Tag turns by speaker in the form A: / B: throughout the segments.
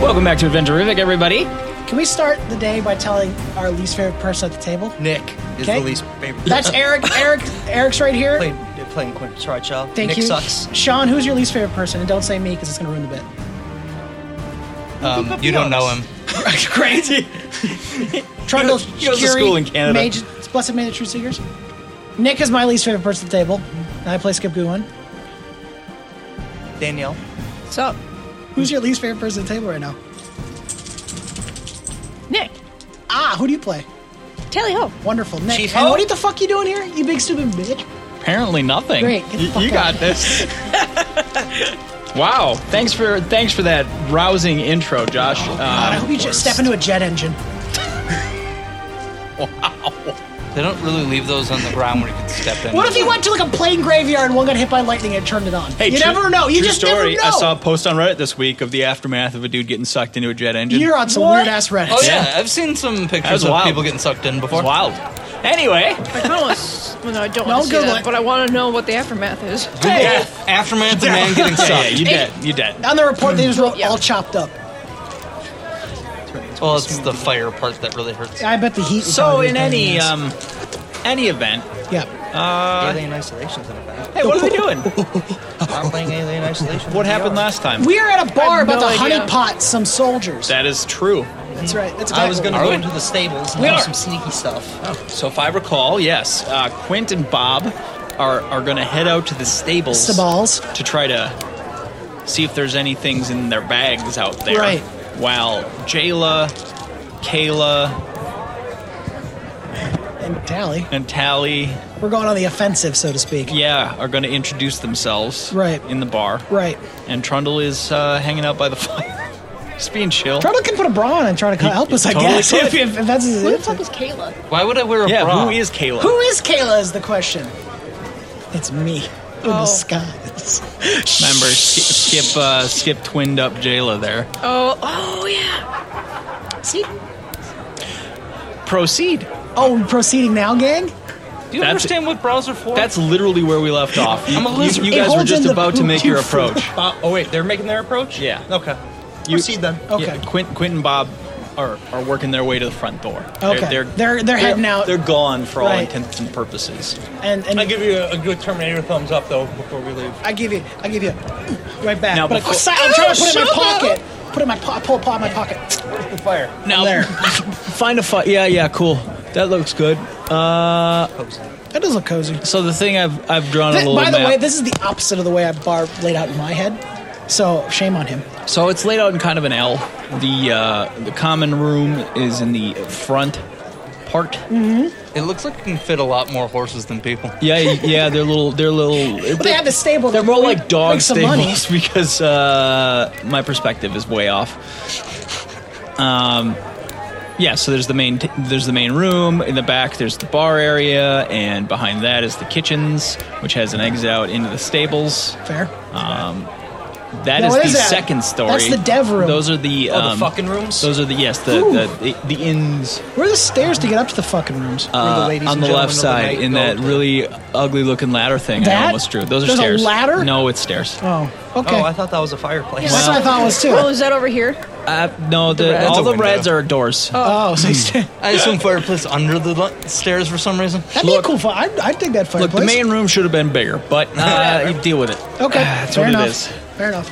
A: Welcome back to Adventurific, everybody.
B: Can we start the day by telling our least favorite person at the table?
C: Nick is
B: Okay.
C: the least favorite.
B: That's Eric. Eric. Eric's right here.
C: playing playing Quinn. Sorry, child.
B: Thank
C: Nick
B: you.
C: sucks.
B: Sean, who's your least favorite person? And don't say me because it's going to ruin the bit.
C: Um, you don't know him.
A: Great.
B: Trundle,
A: he goes to
B: Fury,
A: school in Canada.
B: Mage, blessed may the true seekers. Nick is my least favorite person at the table. And I play Skip Guin.
C: Danielle.
D: What's up?
B: Who's your least favorite person at the table right now?
D: Nick.
B: Ah, who do you play?
D: Tally ho.
B: Wonderful, Nick.
C: Chief
B: and
C: Ho?
B: what the fuck you doing here? You big stupid bitch.
A: Apparently nothing.
B: Great, get the
A: Y-
B: fuck
A: you
B: out.
A: got this. wow. Thanks for thanks for that rousing intro, Josh.
B: God, I
A: Uh,
B: hope you just step into a jet engine.
E: They don't really leave those on the ground where you can step in.
B: What if you went to like a plane graveyard and one got hit by lightning and turned it on?
A: hey,
B: you
A: true-
B: never know. You
A: true
B: just
A: story.
B: never know.
A: I saw a post on Reddit this week of the aftermath of a dude getting sucked into a jet engine.
B: You're on some weird ass Reddit.
E: Oh yeah, I've seen some
A: was
E: pictures of
A: wild.
E: people getting sucked in before.
A: It's wild. Anyway,
D: I kind of want to. No, I don't
B: No,
D: want to see
B: good
D: that,
B: luck.
D: but I want to know what the aftermath is.
A: yeah,
E: Aftermath, the man getting
A: yeah, yeah,
E: sucked.
A: you dead. You dead.
B: On the report, they just wrote
D: Yeah.
B: all chopped up.
E: Well, it's the fire part that really hurts.
B: I bet the heat. would
A: So
B: probably be
A: in
B: better
A: any
B: than this.
A: um, any event,
B: yeah,
C: Alien Isolation's in effect.
A: hey, what are we doing?
C: I'm playing Alien Isolation.
A: What happened last time?
B: we are at a bar
D: have
B: about
D: no
B: to honey
D: idea.
B: pot some soldiers.
A: That is true.
B: That's right. That's
C: I was
B: exactly
C: gonna
B: what
C: go
B: it
C: into the stables and
A: We
C: do
A: are.
C: some sneaky stuff.
A: So if I recall, yes, uh, Quint and Bob are are going to head out to the stables
B: was. Sabals.
A: to try to see if there's any things in their bags out there.
B: Right.
A: While Jayla, Kayla,
B: and Tally.
A: and Tally,
B: We're going on the offensive, so to speak.
A: yeah, are going to introduce themselves.
B: Right.
A: In the bar.
B: Right.
A: And Trundle is uh, hanging out by the fire, just being chill.
B: Trundle can put a bra on and try to co- help us. I
A: totally
B: guess
A: could.
B: if, if, if that's his
D: Who the
B: if-
D: fuck is Kayla?
E: Why would I wear a
A: yeah.
E: bra?
A: Who is Kayla?
B: Who is Kayla? Is the question. It's me in
D: Oh.
B: the skies.
A: Remember, Skip Skip, uh, Skip twinned up Jayla there.
D: Oh, oh yeah.
B: See?
A: Proceed.
B: Oh, we're proceeding now, gang.
E: Do you
A: That's-
E: understand what bras are for?
A: That's literally where we left off. You,
E: I'm a
A: you-
E: loser.
A: you
B: It
A: guys were
B: holds
A: just
B: in the
A: about to
B: poop,
A: make
B: you
A: your
B: fool.
A: approach.
C: Uh, oh wait, they're making their approach.
A: Yeah.
C: Okay.
A: You-
C: Proceed then.
B: Okay.
A: Yeah, Quint, Quint and Bob are, are working their way to the front door.
B: Okay. They're- they're heading out.
A: They're gone for all
B: Right.
A: intents and purposes.
B: And and
C: you a, a good Terminator thumbs up though before we leave.
B: I give you, I give you, right back.
A: Now
B: but
A: before-
B: I, si- I'm trying to put it in my
D: shut up.
B: pocket. Put it in my po- pull it out of my pocket.
C: Where's the fire?
A: Now,
B: There.
A: find a fight. Yeah, yeah, cool. That looks good. Uh,
B: That does look cozy.
A: so the thing I've I've drawn a
B: Th-
A: little
B: by the
A: map.
B: way, this is the opposite of the way I bar laid out in my head. So shame on him.
A: so it's laid out in kind of an L. The uh, the common room is in the front part.
E: It looks like it can fit a lot more horses than people.
A: Yeah, yeah, they're little, they're little.
B: But they have the stable.
A: They're more like dog
B: Make some money.
A: stables because uh, my perspective is way off. Um, yeah, so there's the main t- there's the main room in the back. There's the bar area, and behind that is the kitchens, which has an exit out into the stables.
B: Fair.
A: Uh, That
B: Now,
A: is
B: what
A: the
B: is that?
A: second story.
B: That's the dev room.
A: Those are the
C: Oh, the
A: um,
C: fucking rooms?
A: Those are the yes the
B: Ooh.
A: the, the, the inns
B: Where are the stairs to get up to the fucking rooms?
C: Where the
A: uh,
C: ladies
A: on
C: and
A: the left
C: gentlemen of the
A: side
C: night
A: in
C: go
A: that
C: to-
A: really ugly looking ladder thing. I
B: That?
A: almost drew. Those are
B: There's a
A: stairs.
B: ladder?
A: No, it's stairs.
B: oh, okay.
C: Oh, I thought that was a fireplace.
B: That's what I thought it was
D: Oh,
B: too.
D: is that over here?
A: Uh, no, the,
D: reds.
A: all
E: That's a
A: the reds
E: window.
A: are doors.
B: Oh, so
A: Hmm.
B: he's, that'd
E: I assume fireplace under the lo- stairs for some reason.
B: be a cool. Fun. I'd, I'd dig that
A: Look,
B: fireplace.
A: the main room should have been bigger, but uh, you deal with it.
B: Okay,
A: that's
B: fair
A: what
B: enough.
A: it is.
B: Fair enough.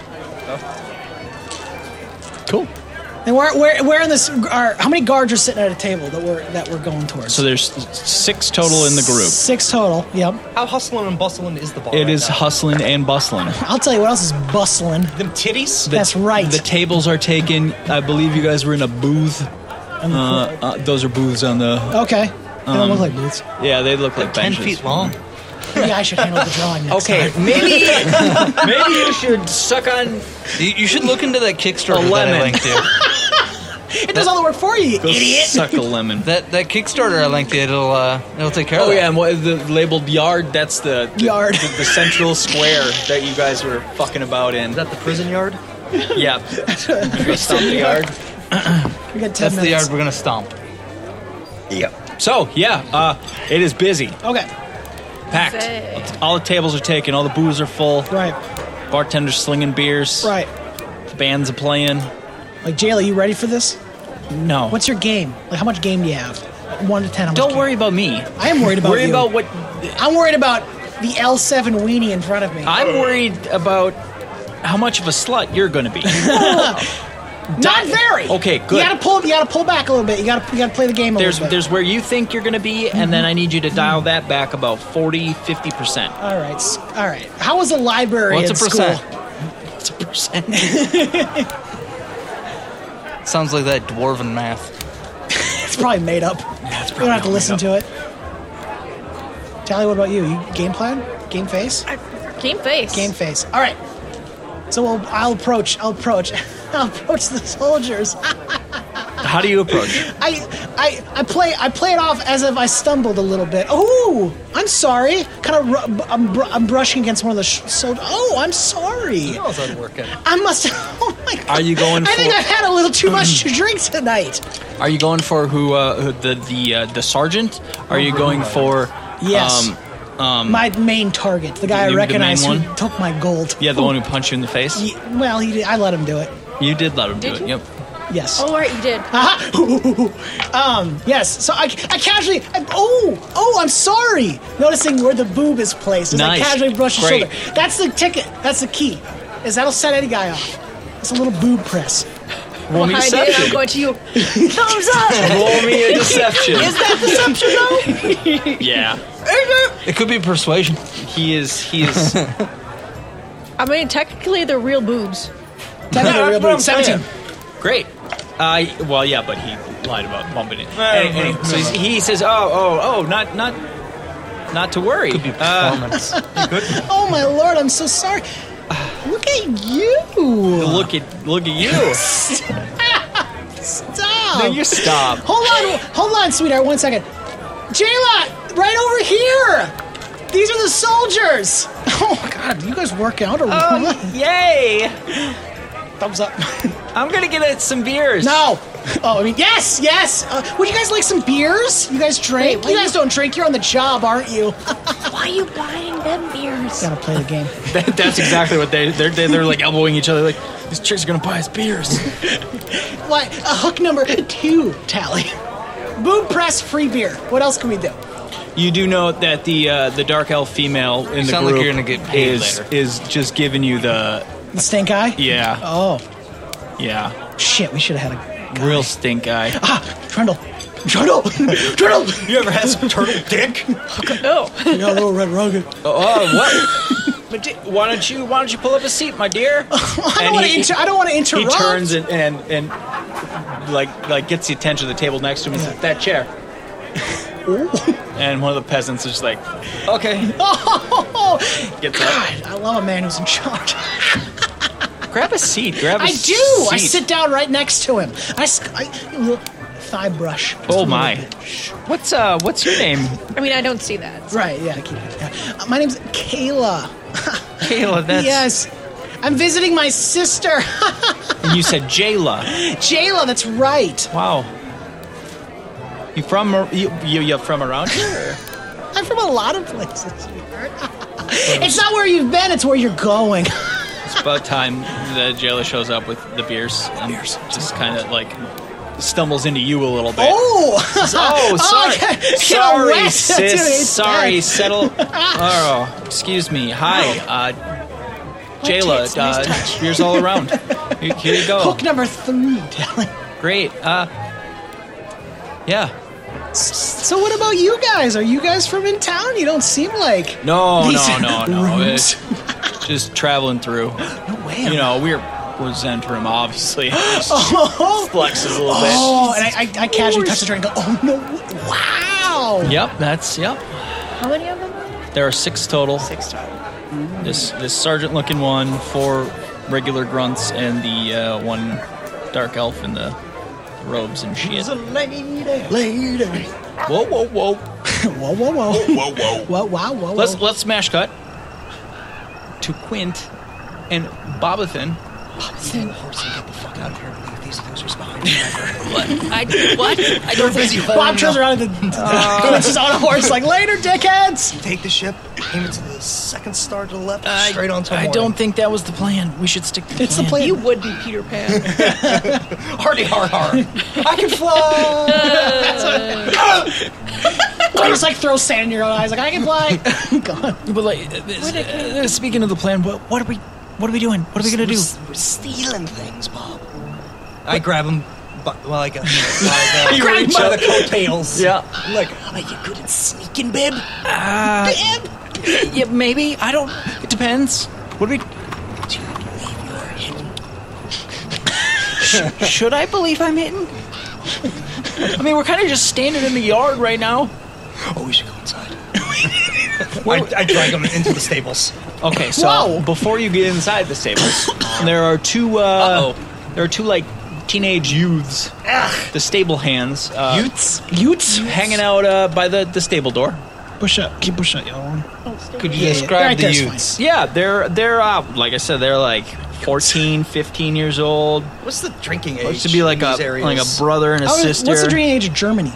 A: Cool.
B: And where, where, where in this? Are, how many guards are sitting at a table that we're that we're going towards?
A: So there's six total in the group.
B: Six total. Yep.
C: How hustling and bustling is the bar?
A: It
C: right
A: is
C: now?
A: hustling and bustling.
B: I'll tell you what else is bustling.
C: them titties.
A: The-
B: That's right.
A: The tables are taken. I believe you guys were in a booth. Uh, uh, those are booths on the.
B: Okay. They don't
A: Um,
B: look like boots.
A: Yeah, they look like
E: Ten
A: benches.
E: feet long.
B: Maybe I should handle the drawing next
A: Okay,
B: time.
A: maybe maybe you should suck on.
E: You, you should look into that Kickstarter
A: A
E: that I
A: lemon.
E: linked you.
B: It does all the work for you, you idiot.
A: Suck a lemon.
E: That that Kickstarter I linked you. It'll uh, it'll take care
A: Oh
E: of.
A: yeah, and what the labeled yard? That's the, the
B: Yard.
A: the, the central square that you guys were fucking about in.
C: Is that the prison yard?
A: yeah, Stop the yard.
B: We got ten
E: That's the
B: minutes.
E: yard we're gonna stomp.
A: So yeah, uh, it is busy,
B: Okay.
A: packed.
D: Say.
A: All the tables are taken, all the booze are full.
B: Right.
A: Bartenders slinging beers.
B: Right.
A: Bands are playing.
B: Like, Jayla, you ready for this?
A: No.
B: What's your game? Like, how much game do you have? One to ten. how much
A: Don't
B: game-
A: worry about me.
B: I am worried about
A: Worry
B: you.
A: about what.
B: I'm worried about the L7 weenie in front of me.
A: I'm worried about how much of a slut you're going to be.
B: Not very.
A: Okay, good.
B: You gotta pull. You gotta pull back a little bit. You gotta. You gotta play the game a
A: There's
B: little bit.
A: there's where you think you're going to be, and then I need you to dial that back about 40, 50 percent.
B: All right. s- All right. How was the library
E: What's
B: in
E: a percent?
B: school?
A: It's a percent.
E: Sounds like that dwarven math.
B: It's probably made up.
A: That's
B: You don't have to listen to it. Tally, what about you? You game plan? Game face?
D: I- Game face.
B: Game face. All right. So we'll, I'll approach. I'll approach. I'll approach the soldiers.
A: How do you approach?
B: I, I, I play. I play it off as if I stumbled a little bit. Oh, I'm sorry. Kind of. Ru- I'm, br- I'm brushing against one of the sh- soldiers. Oh, I'm sorry.
C: How's that working?
B: I must. Oh my god.
A: Are you going
B: I think
A: for- Mm-hmm.
B: I've had a little too much to drink tonight.
A: Are you going for who? Uh, who- the the uh, the sergeant? Are you going for?
B: Yes.
A: Um,
B: my main target, the
A: You-
B: guy
A: the
B: I
A: main
B: recognize who
A: one?
B: took my gold.
A: yeah, the one who punched you in the face.
B: Ye- well, he did, I let him do it.
A: You did let him do it.
D: Did you?
A: Yep.
B: Yes.
D: Oh, all right, you did.
B: Uh-huh. Aha! um, yes. So I, I casually. I, oh, oh, I'm sorry. Noticing where the boob is placed as
A: Nice.
B: I casually brush his
A: Great.
B: shoulder. That's the ticket. That's the key. Is that'll set any guy off. It's a little boob press.
A: Roll me
D: I did. I'm
A: deception.
D: going to you. Thumbs up.
A: Roll me a deception.
D: Is that deception though?
A: yeah.
E: It could be persuasion.
A: He is. He is.
D: I mean, technically, they're real boobs.
B: That is a real boob. Seventeen.
A: Great. Uh, well, yeah, but he lied about bumping it. Any- any- so he's- he says, "Oh, oh, oh, not, not, not to worry."
E: Could be
A: Uh,
E: performance.
B: Oh my lord! I'm so sorry. Look at you.
A: look at, look at you.
B: Stop.
A: no, you stop.
B: Hold on, hold on, sweetheart. One second. Jayla, right over here. These are the soldiers. Um, Oh God, you guys work out or
A: Oh, yay!
B: thumbs up?
A: I'm gonna get it some beers.
B: no. Oh, I mean, yes, yes. Uh, would you guys like some beers? You guys drink?
D: Wait, wait.
B: you guys don't drink. You're on the job, aren't you?
D: Why are you buying them beers?
B: Gotta play the game.
A: That- that's exactly what they they're they- they're like elbowing each other. Like these chicks are gonna buy us beers.
B: Why? Uh, hook number two, Tally. Boom press free beer. What else can we do?
A: You do know that the uh, the dark elf female in the
E: sound like
A: group
E: you're gonna get paid
A: is
E: later.
A: is just giving you the
B: The stink eye?
A: yeah
B: Oh
A: yeah
B: shit, we should have had a
A: real stink eye.
B: ah Trundle. Trundle! Trundle!
A: You ever had some turtle dick?
D: No.
B: You got a little red rocket.
A: Oh what? But di- why don't you why don't you pull up a seat, my dear?
B: I don't
A: And
B: want to
A: he-
B: inter- I don't want to
A: He
B: interrupt.
A: turns and, and and like like gets the attention of the table next to him. and says, "That chair." and one of the peasants is just like, "Okay,
B: Oh,
A: Gets up.
B: God, I love a man who's in charge.
A: grab a seat. Grab a
B: I do. I
A: seat."
B: sit down right next to him. I, s- I- look, thigh brush. Just a
A: Oh
B: little
A: my!
B: bit.
A: What's uh What's your name,
D: I mean, I don't see that.
B: Right. Yeah. I keep it. Yeah. Uh, My name's Kayla.
A: Kayla? That's
B: yes. I'm visiting my sister,
A: And you said Jayla.
B: Jayla. That's right.
A: Wow. You from ar- you you you're from around here?
B: I'm from a lot of places. sweetheart. it's not where you've been. It's where you're going.
A: it's about time the jailer shows up with the beers and just kind of like stumbles into you a little bit.
B: Oh.
A: Oh, sorry.
B: okay. Get all
A: Sorry,
B: wet. Dude,
A: sis.
B: it's
A: Sorry,
B: bad.
A: settle. Oh, excuse me. Hi, uh, Jayla.
B: takes nice
A: uh,
B: touch.
A: Here's all around. Here here you go.
B: Hook number three, Tally.
A: Great. Uh, yeah.
B: So what about you guys? Are you guys from in town? You don't seem like.
A: No,
B: These
A: no, no, no.
B: rooms.
A: It's just traveling through.
B: No way.
A: You know, we're we're Zentrum, obviously. Just
B: Oh,
A: flexes a little bit.
B: oh, and I, I, I casually touch the drink. and go, Oh no! Wow.
A: Yep, that's yep.
D: How many of them? are there?
A: There are six total. Mm-hmm.
D: Six total.
A: This this sergeant looking one, four regular grunts, and the uh, one dark elf in the robes and shit.
B: Later.
A: Whoa, whoa, whoa!
B: whoa, whoa, whoa. Whoa, whoa. Whoa, wow, whoa,
A: Let's
B: whoa.
A: let's smash cut to Quint and Bobathan
C: Horse, get the fuck out of here and leave these losers behind forever.
D: I, what? I don't think you.
B: Bob turns around and the, Quincy's on a horse, like, later, dickheads!
C: Take the ship, aim it to the second star to the left,
B: Uh,
A: I-
C: straight on to
A: I
C: morning.
A: don't think that was the plan. We should stick to the
B: It's the
A: plan.
B: plan.
D: You would be Peter Pan.
C: Hardy har har. I can fly.
B: I just, like, throw sand in your eyes, like, I can fly. God.
A: But like, uh, this, uh, speaking of the plan, what, what are we, what are we doing? What are we gonna do?
C: We're, we're stealing things, Bob. I grab him. But, well, I got by the,
B: Grab
C: by
B: my-
C: the coattails.
A: Yeah.
C: Like, are you good at sneaking, bib? bib?
A: Yeah, maybe. I don't. It depends. What do we?
C: Dude, leave your hidden
A: Should I believe I'm hitting? I mean, we're kind of just standing in the yard right now.
C: Oh, we should go inside. I, I drag him into the stables.
A: Okay, so
B: Whoa.
A: before you get inside the stables, there are two. Uh, there are two like teenage youths, the stable hands, uh,
C: Utes?
B: Utes?
A: hanging out uh, by the the stable door.
B: Push up. Keep push up, y'all.
E: Could you
B: Yeah,
E: describe
B: right
E: the
B: there's
E: youths?
A: Yeah, they're they're uh, like I said, they're like 14, 15 years old.
C: What's the drinking age?
A: Supposed to be like
C: in
A: a
C: these areas?
A: like a brother and a
B: How is-
A: sister.
B: What's the drinking age of Germany?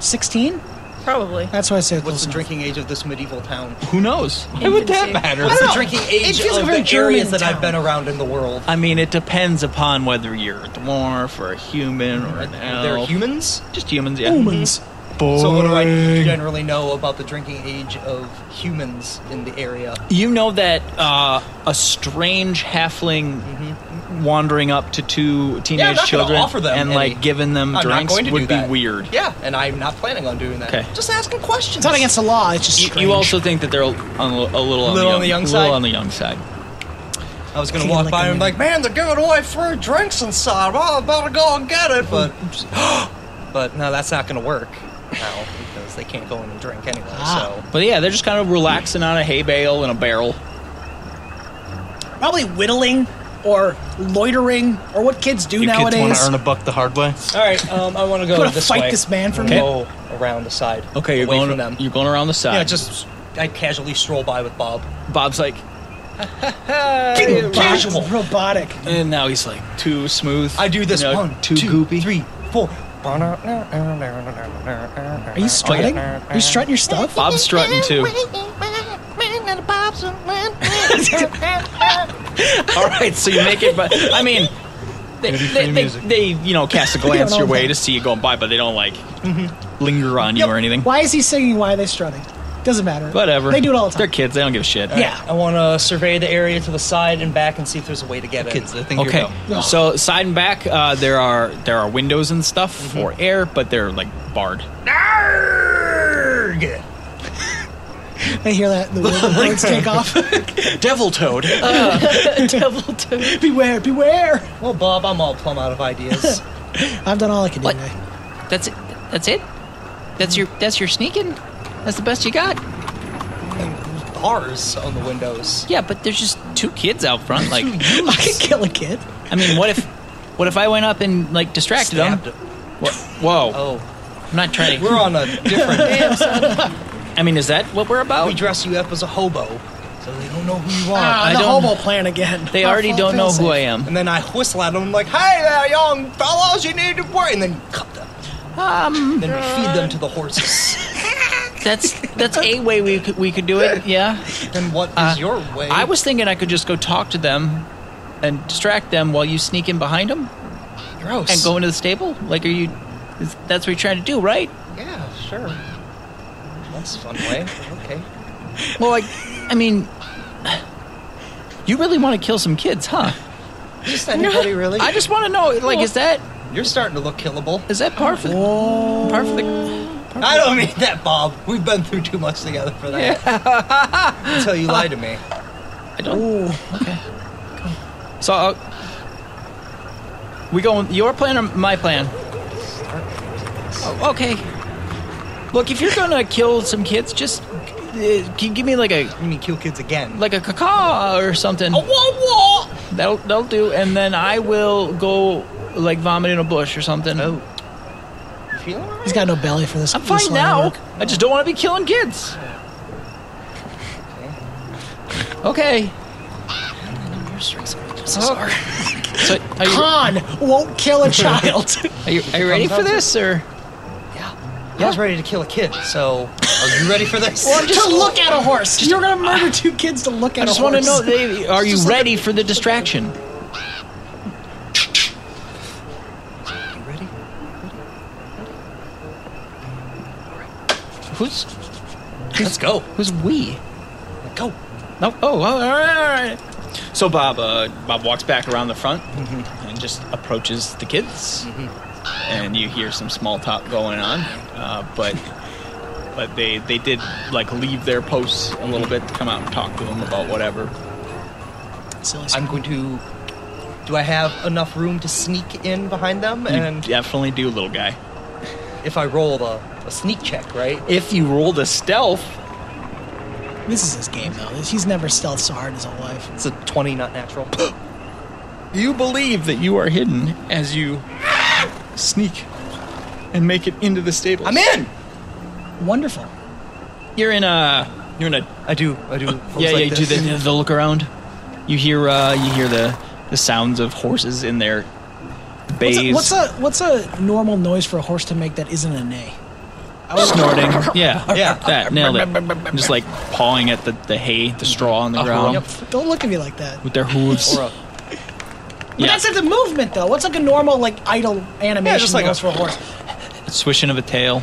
B: 16?
D: Probably.
B: That's why I say
C: What's
B: close
C: the
B: enough.
C: drinking age of this medieval town?
A: Who knows?
D: Why would that matter?
C: What's the
B: know.
C: drinking
B: It
C: age
B: feels like
C: of
B: a very
C: the areas
B: German
C: that I've
B: town.
C: been around in the world?
A: I mean, it depends upon whether you're a dwarf or a human or an
C: They're
A: elf.
C: humans?
A: Just humans, yeah.
B: Humans.
C: So what do I generally know about the drinking age of humans in the area?
A: You know that uh, a strange halfling wandering up to two teenage
C: Yeah, I'm not gonna
A: children
C: offer them
A: and
C: any.
A: like giving them
C: I'm not
A: drinks
C: going to
A: would
C: do
A: be
C: that.
A: weird.
C: Yeah, and I'm not planning on doing that.
A: Okay.
C: Just asking questions.
B: It's not against the law, it's just
A: You,
B: strange.
A: you also think that they're a little, a little,
C: Little on the young
A: a
C: side?
A: little on the young side.
C: I was gonna
B: Feel
C: walk
B: like
C: by
B: I'm
C: and be like, man, they're giving away free drinks inside. Well, I better go and get it. But, but no, that's not gonna work now because they can't go in and drink anyway.
B: Ah.
A: But yeah, they're just kind of relaxing on a hay bale in a barrel.
B: Probably whittling or loitering or what kids do
E: You kids want
B: nowadays.
E: to earn a buck the hard way?
C: So, all right, um, I want to go
B: I'm gonna
C: this
B: fight
C: way.
B: this man for
C: and
B: me.
C: Go around the side.
A: Okay, you're
C: away
A: going.
C: from them.
A: You're going around the side.
C: yeah, just I casually stroll by with Bob.
A: Bob's like,
B: Big
C: Casual.
B: casual. Robotic.
A: and "Eh, now he's like too smooth.
C: I do this
A: you know,
C: one,
A: too
C: two,
A: goopy.
C: three, four.
B: Are you strutting? Are you strutting your stuff?
A: Bob's strutting too. All right, so you make it, but I mean, they, they, they, they, you know cast a glance your way to see you going by, but they don't like linger on you or anything.
B: Mm-hmm. Why is he singing? Why are they strutting? Doesn't matter.
A: Whatever.
B: They do it all the
A: They're
B: time.
A: kids. They don't give a shit.
B: Yeah.
C: I want to survey the area to the side and back and see if there's a way to get in.
E: Kids, I
F: eh?
E: think
A: Okay.
B: No.
A: So side and back, uh, there are there are windows and stuff
C: Mm-hmm.
A: for air, but they're like barred.
C: Arrgh!
B: I hear that. The, the birds take off.
A: Devil Toad.
D: Devil too.
B: beware, beware.
C: Well, Bob, I'm all plumb out of ideas.
B: I've done all I can do.
E: What?
B: today.
E: That's it. That's it. That's your. That's your sneaking. That's the best you got.
C: Bars on the windows.
E: Yeah, but there's just two kids out front. Like,
B: I can kill a kid.
E: I mean, what if, what if I went up and like distracted
C: Stabbed.
E: them?
A: Wha- Whoa.
C: Oh,
E: I'm not trying to.
C: we're on a different.
E: I mean, is that what we're about?
C: we dress you up as a hobo, so they don't know who you are.
B: Ah,
E: I
B: the
E: don't-
B: hobo plan again.
E: They already
B: I'll
E: don't
B: feel
E: know who I
B: safe.
E: am.
C: and then I whistle at them like, "Hey there, young fellows, you need to work," and then cut them. Um, then we feed them to the horses.
E: That's that's a way we could we could do it. Yeah.
C: then what is
E: Uh,
C: your way?
E: I was thinking I could just go talk to them, and distract them while you sneak in behind them
C: gross.
E: and go into the stable. Like, are you? Is, that's what you're trying to do, right?
C: Yeah, sure. That's a fun way. Okay.
E: Well, like, I mean, you really want to kill some kids, huh?
C: Just anybody, really.
E: I just want to know, like, is that
C: You're starting to look killable.
E: is that par for the, par for the?
C: I don't mean that, Bob. We've been through too much together for that. Until you lie to me.
E: I don't.
B: Ooh,
E: So, uh, we go on your plan or my plan? Oh, okay. Look, if you're gonna kill some kids, just uh, g- give me like a
C: You mean kill kids again?
E: like a caca or something.
C: whoa, whoa!
E: That'll that'll do, and then I will go like vomit in a bush or something.
C: Oh. You feeling alright?
B: he's got no belly for this.
E: I'm
B: this
E: fine
B: line of
E: now.
B: work.
E: I just don't want to be killing kids. Okay.
C: Your strengths are
A: I'm so sorry.
E: So, are you,
B: Khan won't kill a child.
E: are you, are you ready for this, or
C: Yeah. I was ready to kill a kid, so are you ready for this?
B: to look at a horse. You're gonna murder two kids to look at
E: I just
B: a
E: want
B: horse.
E: to know, they, are you ready for the distraction?
C: You ready?
E: Who's
C: Let's go.
E: who's we?
C: Go.
E: No. Oh, all right, all right.
A: So Bob, uh, Bob walks back around the front and just approaches the kids, Mm-hmm. and you hear some small talk going on, uh, but but they they did like leave their posts a little bit to come out and talk to him about whatever.
C: I'm going to. Do I have enough room to sneak in behind them?
A: You
C: And
A: definitely do, little guy.
C: if I roll a, a sneak check, right?
A: If you roll the stealth,
B: This is his game, though. He's never stealthed so hard his whole life.
C: It's a 20, not natural.
A: you believe that you are hidden as you sneak and make it into the stable.
C: I'm in!
B: Wonderful.
A: You're in a you're in a
C: I do. I do. things
A: yeah,
C: like
A: yeah. Do
C: this.
A: the, the look around. You hear, uh, you hear the the sounds of horses in their
B: What's
A: bays
B: a, what's a what's a normal noise for a horse to make that isn't a neigh?
A: snorting. Yeah,
C: Yeah.
A: that nailed it. Just like pawing at the, the hay, the straw on the ground
C: Yep.
B: Don't look at me like that.
A: with their hooves.
C: Or a-
B: But
A: yeah,
B: that's at the movement, though. What's like a normal like idle animation
C: just like
B: noise
C: a-
B: for a horse?
A: swishing of a tail,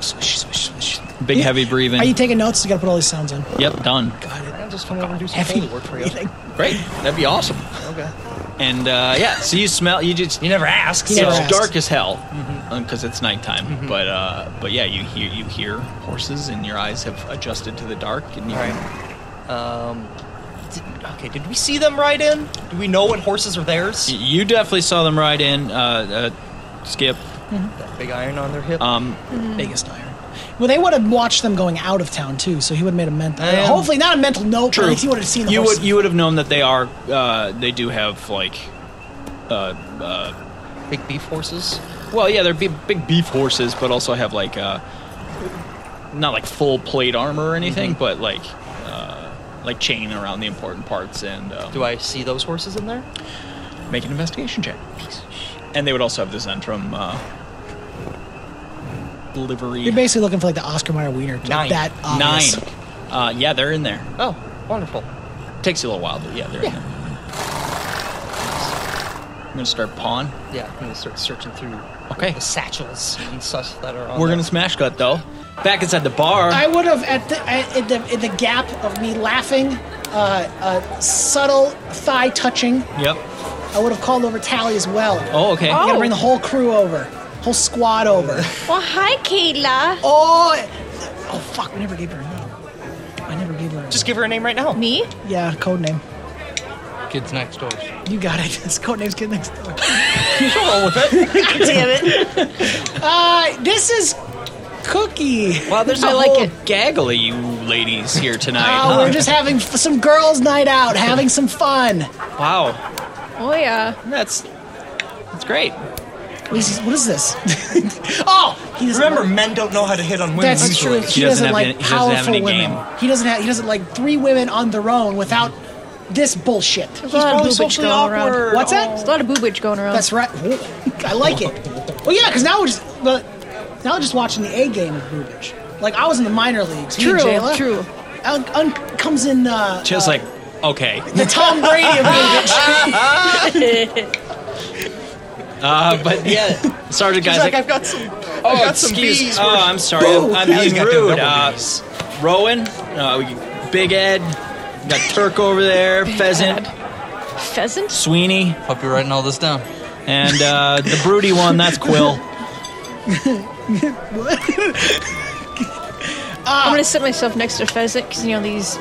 B: Swish, swish, swish.
A: big
B: You-
A: heavy breathing.
B: Are you taking notes? You got to put all these sounds in.
A: yep, done.
C: I'll just come over and do some field work for you.
B: Like,
A: Great, that'd be awesome.
C: Okay.
A: And uh, yeah, so you smell. You just
C: You never ask.
B: You
C: so-
B: never
A: it's
B: asked.
A: dark as hell because it's nighttime. But uh, but yeah, you hear you hear horses, and your eyes have adjusted to the dark, and you
C: All
A: can
C: right. Um. Did, okay. Did we see them ride in? Do we know what horses are theirs?
A: You definitely saw them ride in, uh, uh, Skip.
C: That big iron on their hip.
A: Um,
B: biggest iron. Well, they would have watched them going out of town too, so he would have made a mental.
C: Um,
B: hopefully, not a mental note. But at least he would have seen the
A: you
B: horse.
A: would you would have known that they are. Uh, they do have like.
C: big beef horses.
A: Well, yeah, they're big, big beef horses, but also have like uh, not like full plate armor or anything, but like uh, like chain around the important parts and um,
C: Do I see those horses in there?
A: make an investigation check. And they would also have the Zentrum uh, livery.
B: You're basically looking for like the Oscar Mayer wiener. like
C: Nine.
B: That
A: Nine.
B: obvious.
A: Uh, yeah, they're in there.
C: Ah, Oh, wonderful.
A: Takes you a little while, but yeah, they're in there. I'm gonna start pawing.
C: Yeah, I'm gonna start searching through
A: Okay.
C: the satchels and such that are on.
A: We're
C: there.
A: gonna smash cut though. Back inside the bar.
B: I would have at the at at the, at the gap of me laughing, uh, uh, subtle thigh touching.
A: yep.
B: I would have called over Tally as well.
A: Oh, okay.
B: I gotta
D: Oh.
B: bring the whole crew over, whole squad over.
D: Well, hi, Kayla.
B: oh, oh fuck! I never gave her a name. I never gave her. A name.
C: Just give her a name right now.
D: Me?
B: yeah, code name.
G: Kids next door.
B: You got it. This code name's kid next door.
C: Roll with it.
D: Damn it.
B: Uh, this is Cookie.
A: Wow, there's a
D: I like
A: whole
D: it.
A: gaggle of you ladies here tonight.
B: Oh,
A: huh?
B: we're just having f- some girls' night out, having some fun.
A: wow,
D: Oh, yeah.
A: that's that's great.
B: What is, what is this? oh, he doesn't
C: Remember,
B: like-
C: men don't know how to hit on women.
B: that's
C: usually.
B: true.
A: He doesn't have
B: like
A: any- he doesn't have
B: powerful
A: any
B: women.
A: game.
B: He doesn't have. He doesn't like three women on their own without this bullshit.
D: a lot of
C: probably
D: boobage
C: socially
D: going
C: awkward.
D: around.
B: What's
D: There's
B: that?
D: a lot of boobage going around.
B: That's right. Ooh, I like it. Well, yeah, because now we're just well, now we're just watching the A game of boobage. Like I was in the minor leagues. Me and
D: True,
B: Jayla.
D: true.
B: Un- un- comes in. Uh,
A: Just
B: uh,
A: like okay,
B: the Tom Brady of boobage.
A: uh, but yeah, sorry guys.
C: He's like,
A: I-
C: I've got some.
A: oh,
C: I've got some
A: excuse-
C: bees.
A: Oh, I'm sorry. I'm, I'm
C: Now he's
A: being
C: got them
A: rude.
C: double
A: Uh,
C: bees.
A: Rowan, uh, we- Big Ed, we got Turk over there, Pheasant,
D: Pheasant?
A: Sweeney,
G: Hope you're writing all this down.
A: and uh, the broody one. That's Quill.
D: I'm going to sit myself next to Pheasant because, you know, these.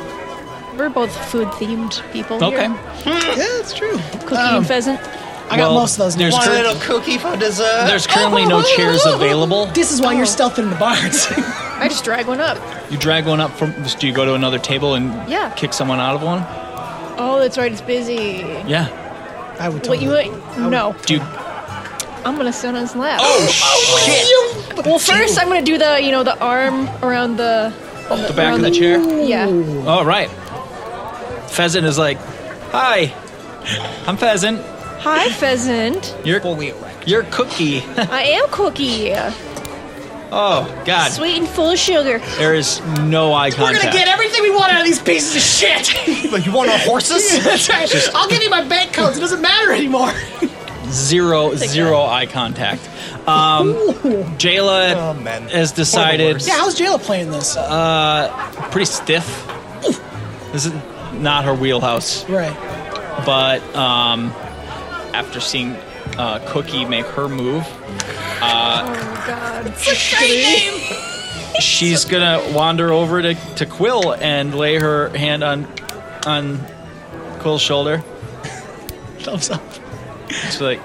D: We're both food themed people. here.
A: Okay.
B: yeah, that's true.
D: Cookie
B: Um,
D: and Pheasant.
B: I got
A: Well,
B: most of those.
A: there's
B: now.
C: Want a
A: cur-
C: little cookie for dessert?
A: There's currently no chairs available.
B: This is why you're stealthing in the barns.
D: I just drag one up.
A: You drag one up from. Do you go to another table and
D: Yeah.
A: kick someone out of one?
D: Oh, that's right. It's busy.
A: Yeah.
B: I would.
D: What you
B: totally-
D: want? No.
A: Do you,
D: I'm going to sit on his lap. Oh,
B: You-
D: well, first, I'm going to do the, you know, the arm around the.
A: the back of the chair?
D: Yeah.
A: Oh, right. Pheasant is like, hi. I'm pheasant.
D: Hi, pheasant.
A: You're
C: Fully erect.
A: you're cookie.
D: I am cookie.
A: oh God,
D: Sweet and full of sugar.
A: there is no eye
B: We're
A: contact.
B: gonna get everything we want out of these pieces of shit.
C: But you want our horses?
B: That's right. I'll give you my bank codes. It doesn't matter anymore.
A: zero zero eye contact. Um, Jayla
C: Oh, men.
A: has
C: One
A: decided
C: of the
B: Yeah, how's Jayla playing this?
A: pretty stiff. This is not her wheelhouse,
B: right.
A: but um, after seeing uh, Cookie make her move,
D: Oh, God.
A: she's gonna wander over to, to Quill and lay her hand on on Quill's shoulder.
B: Thumbs up.
A: It's like,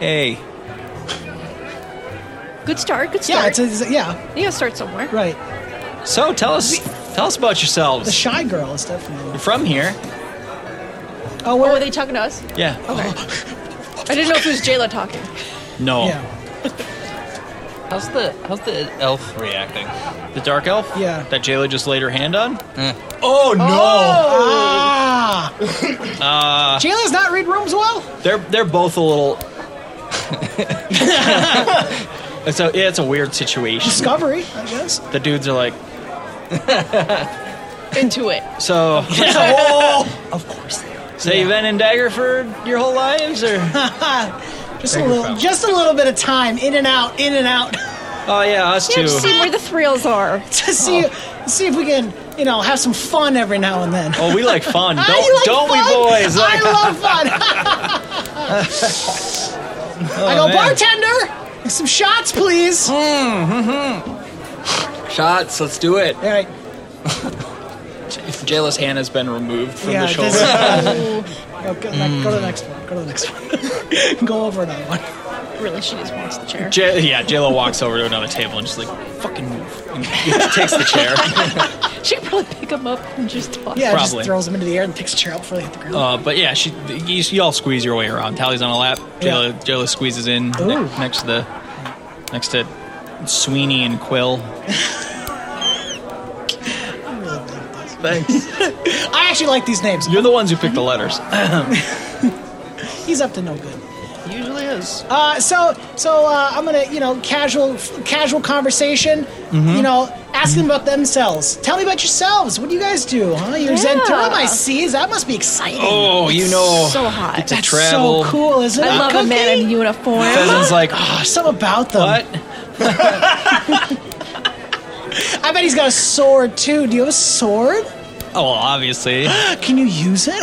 A: hey,
D: Good start. Good
B: Yeah,
D: start.
B: it's, it's yeah,
D: you gotta start somewhere.
B: right.
A: so tell us tell us about
B: The
A: yourselves.
B: shy girl is definitely.
A: You're from here,
B: Oh,
D: Oh,
B: where
D: are they talking to us?
A: yeah?
D: I didn't know if it was Jayla talking.
A: No,
B: Yeah,
G: How's the how's the elf reacting?
A: the dark elf.
B: Yeah.
A: that Jayla just laid her hand on.
G: Eh.
A: Oh no! Oh.
B: Ah.
A: Uh.
B: Jayla's not read rooms well.
A: They're they're both a little. it's a yeah, it's a weird situation.
B: Discovery, I guess.
A: The dudes are like,
D: Into it.
A: so
C: Of course they are.
A: so you've been in Daggerford your whole lives, or
B: Just a little, just a little bit of time, in and out, in and out,
A: oh yeah, us
D: Yeah,
A: too.
D: just see where the thrills are.
B: to
A: Oh.
B: see, see if we can, you know, have some fun every now and then.
A: Oh, we like fun,
B: Ah,
A: don't
B: you like
A: don't
B: fun?
A: we, boys? Like,
B: I love fun. I go,
A: Oh, man.
B: bartender, some shots, please. All
G: Shots, let's do it.
B: right.
A: Jayla's hand has been removed from the
B: Yeah,
A: shoulder. Hmm.
B: this is, uh, go, go, go to the next one. Go to the next one. go over another one.
D: Really, she just wants the chair.
A: Jay- yeah, Jayla walks over to another table and just like fucking move. And takes the chair.
D: She could probably pick him up and just toss
B: Yeah,
A: Probably.
B: just throws them into the air and picks a chair up before they hit the ground.
A: Uh, but yeah, she you, you all squeeze your way around. Tally's on a lap. Jayla, Jayla squeezes in ne-
B: Ooh.
A: next to the next to Sweeney and Quill. Thanks.
B: I actually like these names.
A: You're the ones who picked the letters.
B: He's up to no good.
G: Usually is.
B: Uh, so, so uh, I'm gonna, you know, casual, casual conversation.
A: Mm-hmm.
B: You know, ask them about themselves. Tell me about yourselves. What do you guys do? Huh? You're Zenturum, I see. That must be exciting.
A: Oh, you know,
D: So hot.
A: to
B: That's
A: travel.
B: so cool, isn't it?
D: I love a man in uniform.
A: Pheasant's like,
B: Ah, something about them.
A: what?
B: I bet he's got a sword too. Do you have a sword? Uh,
A: Oh, well, obviously.
B: Can you use it?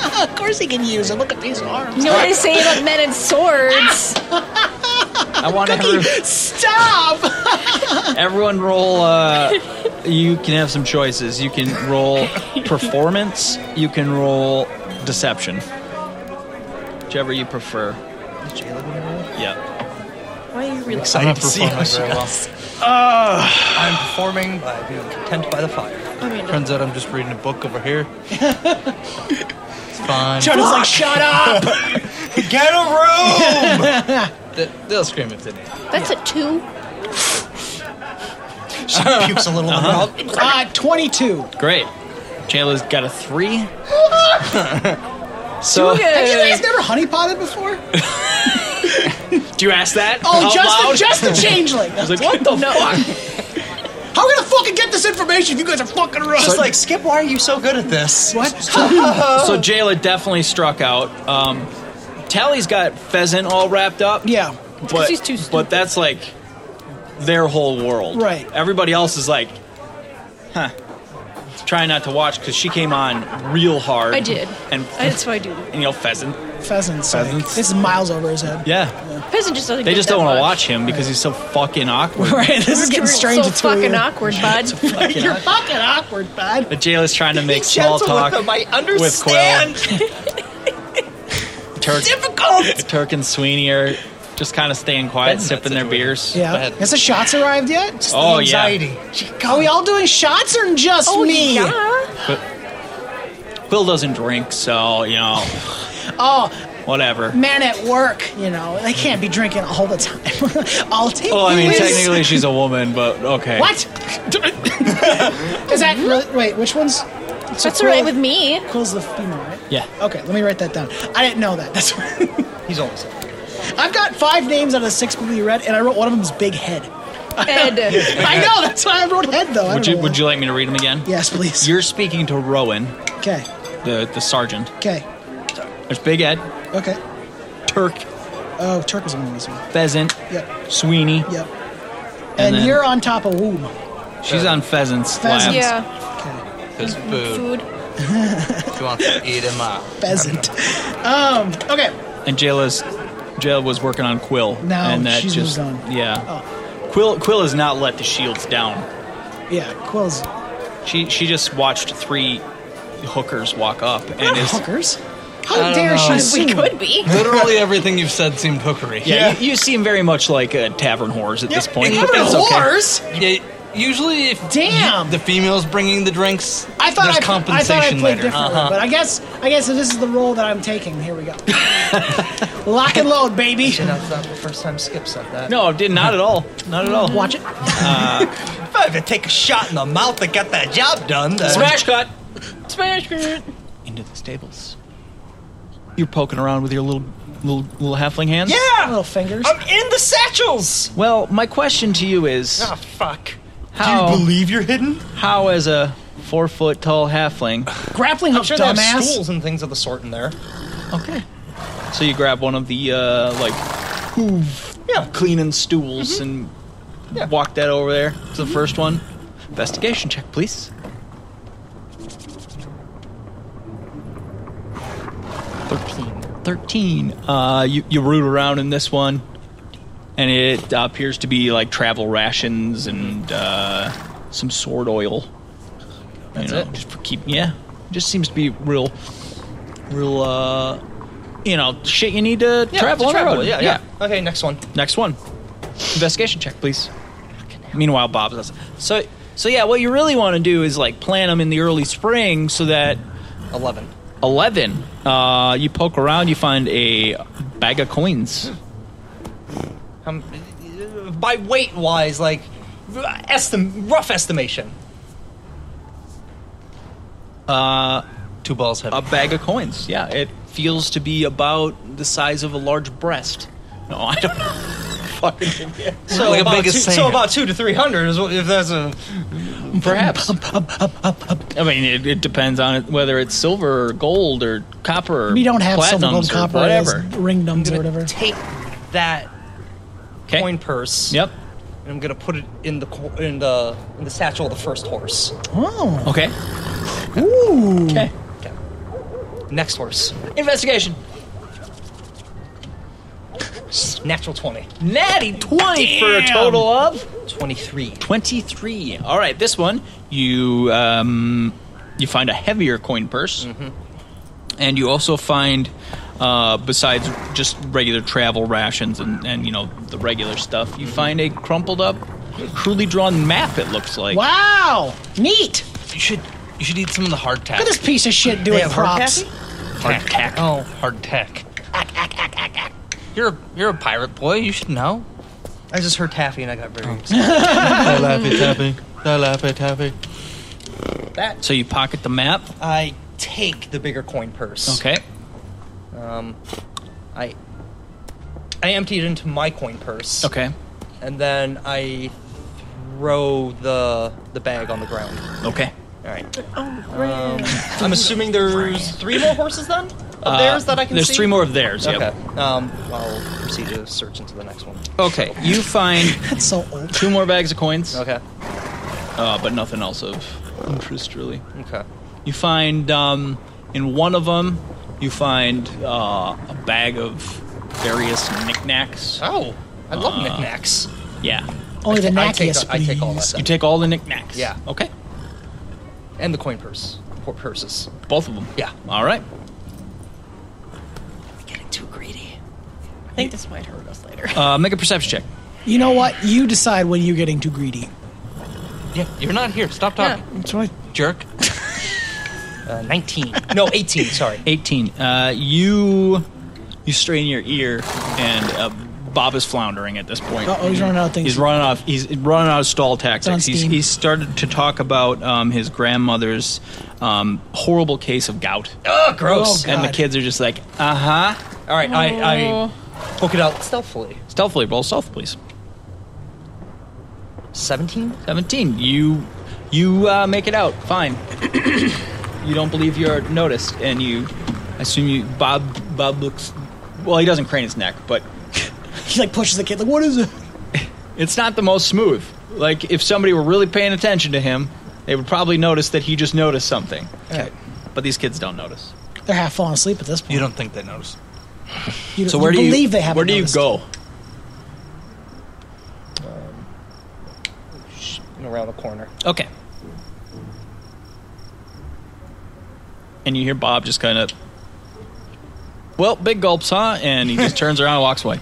B: of course he can use it. Look at these arms.
D: You know what they say about men and swords?
A: Ah. I want to have
B: Stop!
A: everyone roll. Uh, you can have some choices. You can roll performance. You can roll deception. Whichever you prefer. Yeah.
D: Why are you really
G: I'm
C: Excited
G: not
C: to see how
G: performing
C: she
G: very well.
C: does. I'm performing by being content by the fire.
D: I mean,
G: Turns out I'm just reading a book over here. it's fine.
B: Jonah's like, shut up!
C: Get a room!
G: They, they'll scream if they need. it.
D: that's a two.
C: she pukes a little. bit.
B: Uh, 22.
A: Great. Jayla's got a three. so,
B: Have you guys never honeypotted before?
A: do you ask that?
B: Oh,
A: out
B: just, the,
A: loud?
B: just the changeling.
A: I was like, what the fuck?
B: How are we gonna fucking get this information if you guys are fucking around?
C: Just like Skip, why are you so good at this?
A: So Jayla definitely struck out. Um, Tally's got pheasant all wrapped up.
B: yeah.
A: but
D: he's too
A: but
D: stupid.
A: that's like their whole world.
B: Right.
A: Everybody else is like, huh? Trying not to watch because she came on real hard.
D: I did.
A: And
D: That's what I do.
A: you know pheasant.
B: Pheasants. like,
A: Pheasants.
B: this is miles over his head.
A: Yeah.
D: Peasant just doesn't.
A: They
D: get
A: just
D: that
A: don't want to
D: much.
A: watch him because he's so fucking awkward.
B: Right, this is
D: You're
B: getting strange
D: so
B: to
D: fucking awkward, bud.
B: You're fucking awkward, bud.
A: But Jayla's trying to make
C: Be
A: small
C: gentle
A: talk
C: With them. I
A: with Quill.
C: understand.
A: Turk,
C: Difficult.
A: Turk and Sweeney are just kind of staying quiet,
G: That's
A: sipping their
G: situation.
A: beers.
B: Yeah.
G: Bad.
B: Has the shots arrived yet?
A: Oh yeah.
C: Anxiety.
B: Are we all doing shots or just
D: oh
B: me?
D: yeah.
A: Quill doesn't drink, so you know,
B: Oh,
A: whatever.
B: men at work, you know, they can't be drinking all the time. I'll take
A: Well, Oh, I mean,
B: these.
A: technically she's a woman, but okay.
B: What? is that really, wait, which one's So
D: That's all right with me.
B: Quill's the female, right?
A: Yeah.
B: Okay, let me write that down. I didn't know that. That's.
C: He's always.
B: I've got five names out of the six people you read, and I wrote one of them is Big Head.
D: Ed.
B: I know that's why I wrote Head though. I
A: Would
B: don't
A: you
B: know
A: Would
B: why.
A: you like me to read them again?
B: Yes, please.
A: You're speaking to Rowan,
B: okay.
A: the the sergeant.
B: Okay.
A: There's Big Ed,
B: Okay.
A: Turk,
B: Oh, Turk was one of those. ones.
A: Pheasant,
B: Yep.
A: Sweeney.
B: Yep. And,
A: And then-
B: you're on top of Womb.
A: She's on Pheasant's lap.
B: Pheasant.
D: Yeah.
B: Okay.
G: Because food.
D: Food.
G: If you want to eat him up.
B: Pheasant. um. Okay.
A: And Jayla's Jayla was working on Quill.
B: No,
A: and that
B: she's
A: just
B: moved on.
A: yeah.
B: Oh.
A: Quill Quill has not let the shields down.
B: Yeah. Quill's
A: She she just watched three hookers walk up and is
B: hookers.
G: I
B: How
G: don't
B: dare she?
G: know.
D: We
B: assume?
D: could be.
G: Literally everything you've said seemed hookery.
A: yeah. You, you seem very much like uh, tavern whores at this point.
G: tavern
A: but that's okay.
B: Whores?
G: Yeah, usually, if
B: Damn.
G: the female's bringing the drinks,
B: I thought
G: there's
B: I, I
G: compensation
B: thought I played
G: later.
B: differently,
G: Uh-huh.
B: but I guess I guess this is the role that I'm taking. Here we go. Lock and load, baby.
C: Did not the first time Skip said that.
A: No, did not at all. Not at all.
B: Watch it.
C: if I ever take a shot in the mouth to get that job done, then
A: Smash cut.
D: Smash it.
A: Into the stables. You're poking around with your little little little halfling hands.
B: Little
C: Yeah,
B: fingers.
C: I'm in the satchels.
A: Well, my question to Oh, you is,
C: Ah, fuck.
A: how
C: believe you're hidden?
A: how as a four foot tall halfling
B: Grappling
C: I'm
B: hook,
C: sure they have
B: dumbass.
C: schools and things of the sort in there.
A: Okay. So you grab one of the uh, like hoof
C: Yeah. Mm-hmm.
A: cleaning stools and
C: Yeah.
A: walk that over there to the first one. Investigation check, please. Thirteen. Thirteen. Uh, you you root around in this one, and it appears to be like travel rations and uh, some sword oil.
C: That's
A: you know,
C: it?
A: just for keep. Yeah, just seems to be real, real. uh You know, shit you need to
C: Yeah,
A: travel
C: to
A: on the road.
C: Yeah, yeah, Okay, next one.
A: Next one. Investigation check, please. Meanwhile, Bob's us. So, so yeah, what you really want to do is like plan them in the early spring so that
C: Eleven.
A: 11, uh, you poke around, you find a bag of coins.
C: Um, by weight wise, like r- estim- rough estimation.
G: Two balls heavy.
A: A bag of coins. Yeah, it feels to be about the size of a large breast. No, I don't know. Fucking
C: So
G: Like a
C: about
G: big
C: two,
G: as
C: so
G: sand.
C: about two to three hundred is what, if that's a
A: perhaps. I mean, it, it depends on it, whether it's silver or gold or copper. Or
B: We don't have silver,
A: platinums
B: gold,
A: or
B: copper,
A: whatever.
B: ringdoms or whatever.
C: take that
A: Okay.
C: coin purse.
A: Yep.
C: And I'm gonna put it in the co- in the in the satchel of the first horse.
B: Oh.
A: Okay.
B: Ooh.
A: Okay.
C: Okay. Next horse.
A: Investigation.
C: Natural twenty.
A: Natty 20 for a total of
C: Twenty-three.
A: 23. All right, this one you um, you find a heavier coin purse,
C: Mm-hmm.
A: and you also find uh, besides just regular travel rations and, and you know the regular stuff,
C: Mm-hmm.
A: you find a crumpled up, crudely drawn map. It looks like
B: Wow. Neat.
G: you should you should eat some of the hard tack.
B: Look at this piece of shit doing
C: have hard
B: props.
C: tack?
G: hard tack. Oh, hard tack. You're a, you're a pirate boy. You should know.
C: I just heard taffy and I got
A: Oh.
C: very
G: lappy tappy. The lappy tappy.
C: that.
A: So you pocket the map.
C: I take the bigger coin purse.
A: Okay.
C: Um, I I emptied it into my coin purse.
A: Okay.
C: And then I throw the the bag on the ground.
A: Okay.
C: All right. Um, I'm assuming there's three more horses then. Of
A: Uh,
C: theirs that I can
A: there's
C: see?
A: three more of theirs.
C: Okay.
A: Yep.
C: Um, I'll proceed to search into the next one.
A: Okay. You find
B: That's so old.
A: two more bags of coins,
C: Okay.
A: uh, but nothing else of interest really.
C: Okay.
A: You find um, in one of them, you find uh, a bag of various knickknacks.
C: Oh, I love knickknacks.
A: Yeah.
B: Only the
C: I take,
B: knackiest,
C: I take all that.
B: please.
A: You
C: stuff.
A: take all the knickknacks.
C: Yeah.
A: Okay.
C: and the coin purse. Poor purses.
A: Both of them.
C: Yeah.
A: All right.
D: Getting too greedy. I think this might hurt us later.
A: Uh, make a perception check.
B: You know what? You decide when you're getting too greedy.
G: Yeah, you're not here. Stop talking,
B: That's right.
G: jerk.
C: Uh, 19. no, 18, sorry.
A: 18. Uh, you you strain your ear, and a Bob is floundering at this point.
B: Uh-oh, he's running out of things.
A: He's running out. He's running out of stall tactics. He's,
B: steam.
A: he's started to talk about um, his grandmother's um, horrible case of gout,
C: Oh, gross.
A: and the
B: God.
A: kids are just like, uh huh. All right, I, I
D: Oh.
C: Poke it out stealthily.
A: stealthily roll stealth, please.
C: 17?
A: Seventeen. You you uh, make it out fine. you don't believe you're noticed, and you I assume you Bob Bob looks. Well, he doesn't crane his neck, but
B: He like pushes the kid. Like, what is it?
A: it's not the most smooth. Like if somebody were really paying attention to him, they would probably notice that he just noticed something.
B: Alright.
A: But these kids don't notice.
B: They're half falling asleep at this point.
G: You don't think they notice?
B: You
A: So where do you
B: believe they haven't
A: Where do
B: noticed.
A: you go?
C: And around a corner.
A: Okay. And you hear Bob just kind of, well, big gulps, huh? And he just turns around and walks away.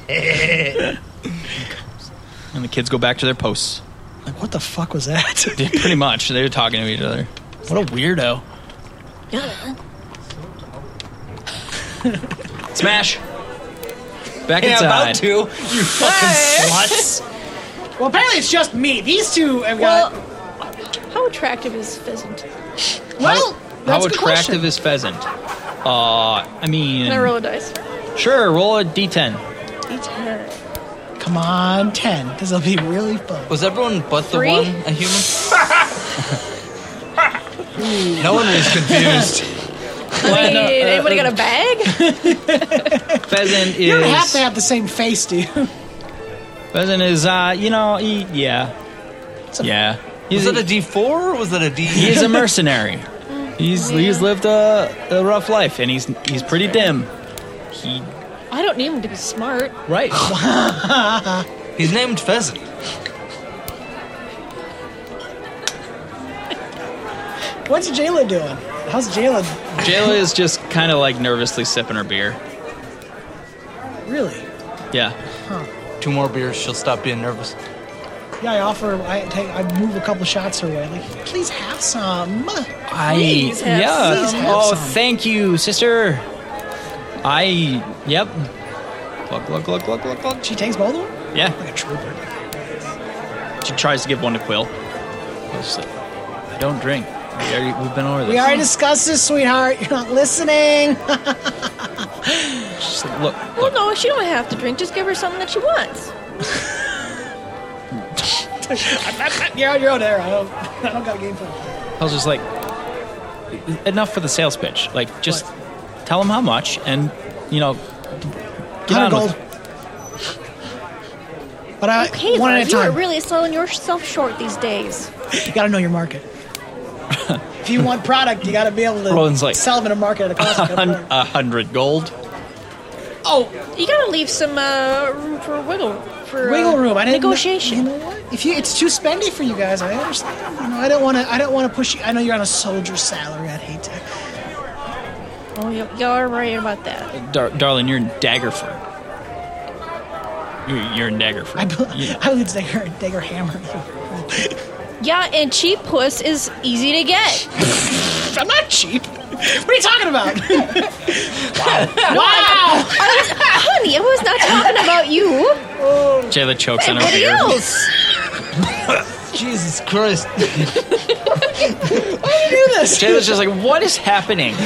A: and the kids go back to their posts.
B: Like, what the fuck was that?
A: Yeah, pretty much, they're talking to each other. What a weirdo! Smash. Back
C: Yeah, about
A: inside.
C: to. You fucking sluts.
B: well, apparently it's just me. These two have
D: Well,
B: got.
D: how attractive is pheasant?
B: Well,
A: How
B: that's a good
A: attractive
B: question.
A: is pheasant? Uh, I mean,
D: Can I roll a dice?
A: sure. Roll a d10.
D: D10.
B: Come on, ten, because it'll be really fun.
G: Was everyone but
D: Three?
G: the one a human? no one was confused.
D: Wait, anybody
B: Uh,
D: got a bag?
A: Pheasant is.
B: You don't have to have the same face, do you?
A: Pheasant is, uh, you know, he, yeah, yeah. He's
G: Was it
A: a,
G: a D four or was it a D?
A: he's a mercenary. He's he's lived a, a rough life, and he's he's pretty dim. He
D: I don't need him to be smart.
A: right.
G: He's named Pheasant.
B: What's Jayla doing? How's Jayla?
A: Jayla is just kind of like nervously sipping her beer.
B: Really?
A: Yeah,
G: Two more beers, she'll stop being nervous.
B: Yeah, I offer. I take. I move a couple shots her way. Like, please have some.
A: I
D: Please have
A: yeah.
B: some. Please have
A: Oh,
B: some.
A: thank you, sister. I yep. Look, look, look, look, look, look.
B: She takes both of them.
A: Yeah.
B: Like a trooper.
A: She tries to give one to Quill. Quill's just like, I don't drink. We already, we've been over this.
B: We already discussed this, sweetheart. You're not listening.
A: She's like, look,
D: Well, no, she don't have to drink. Just give her something that she wants.
B: You're on your own there. I don't. I don't got a game plan.
A: I was just like, enough for the sales pitch. Like, just tell them how much, and you know, get on
B: Hundred
A: with
B: gold.
A: it.
B: But I
D: Okay,
B: one
D: love,
B: at a
D: you are
B: time.
D: really selling yourself short these days.
B: you gotta know your market. if you want product, you gotta be able to
A: Roland's like-
B: sell them in a market at a cost. You gotta
A: Hun-
B: put it-
A: A hundred gold.
B: oh,
D: You gotta leave some uh, room for wiggle for uh,
B: wiggle room. I didn't
D: negotiation.
B: You know what? If you, it's too spendy for you guys, I understand. You know, I don't want to. I don't want to push you. I know you're on a soldier's salary. I'd hate to.
D: oh, y- y'all are right about that.
A: Dar- darling, you're in Daggerford. You're, you're in Daggerford.
B: I, bu-
A: You-
B: I would dagger, dagger hammer.
D: Yeah, and cheap puss is easy to get.
B: I'm not cheap. What are you talking about? wow! Wow!
D: Honey, I was not talking about you.
A: Jayla chokes on her
D: Everybody
A: beer.
D: else.
G: Jesus Christ.
A: Jayla's just like, what is happening?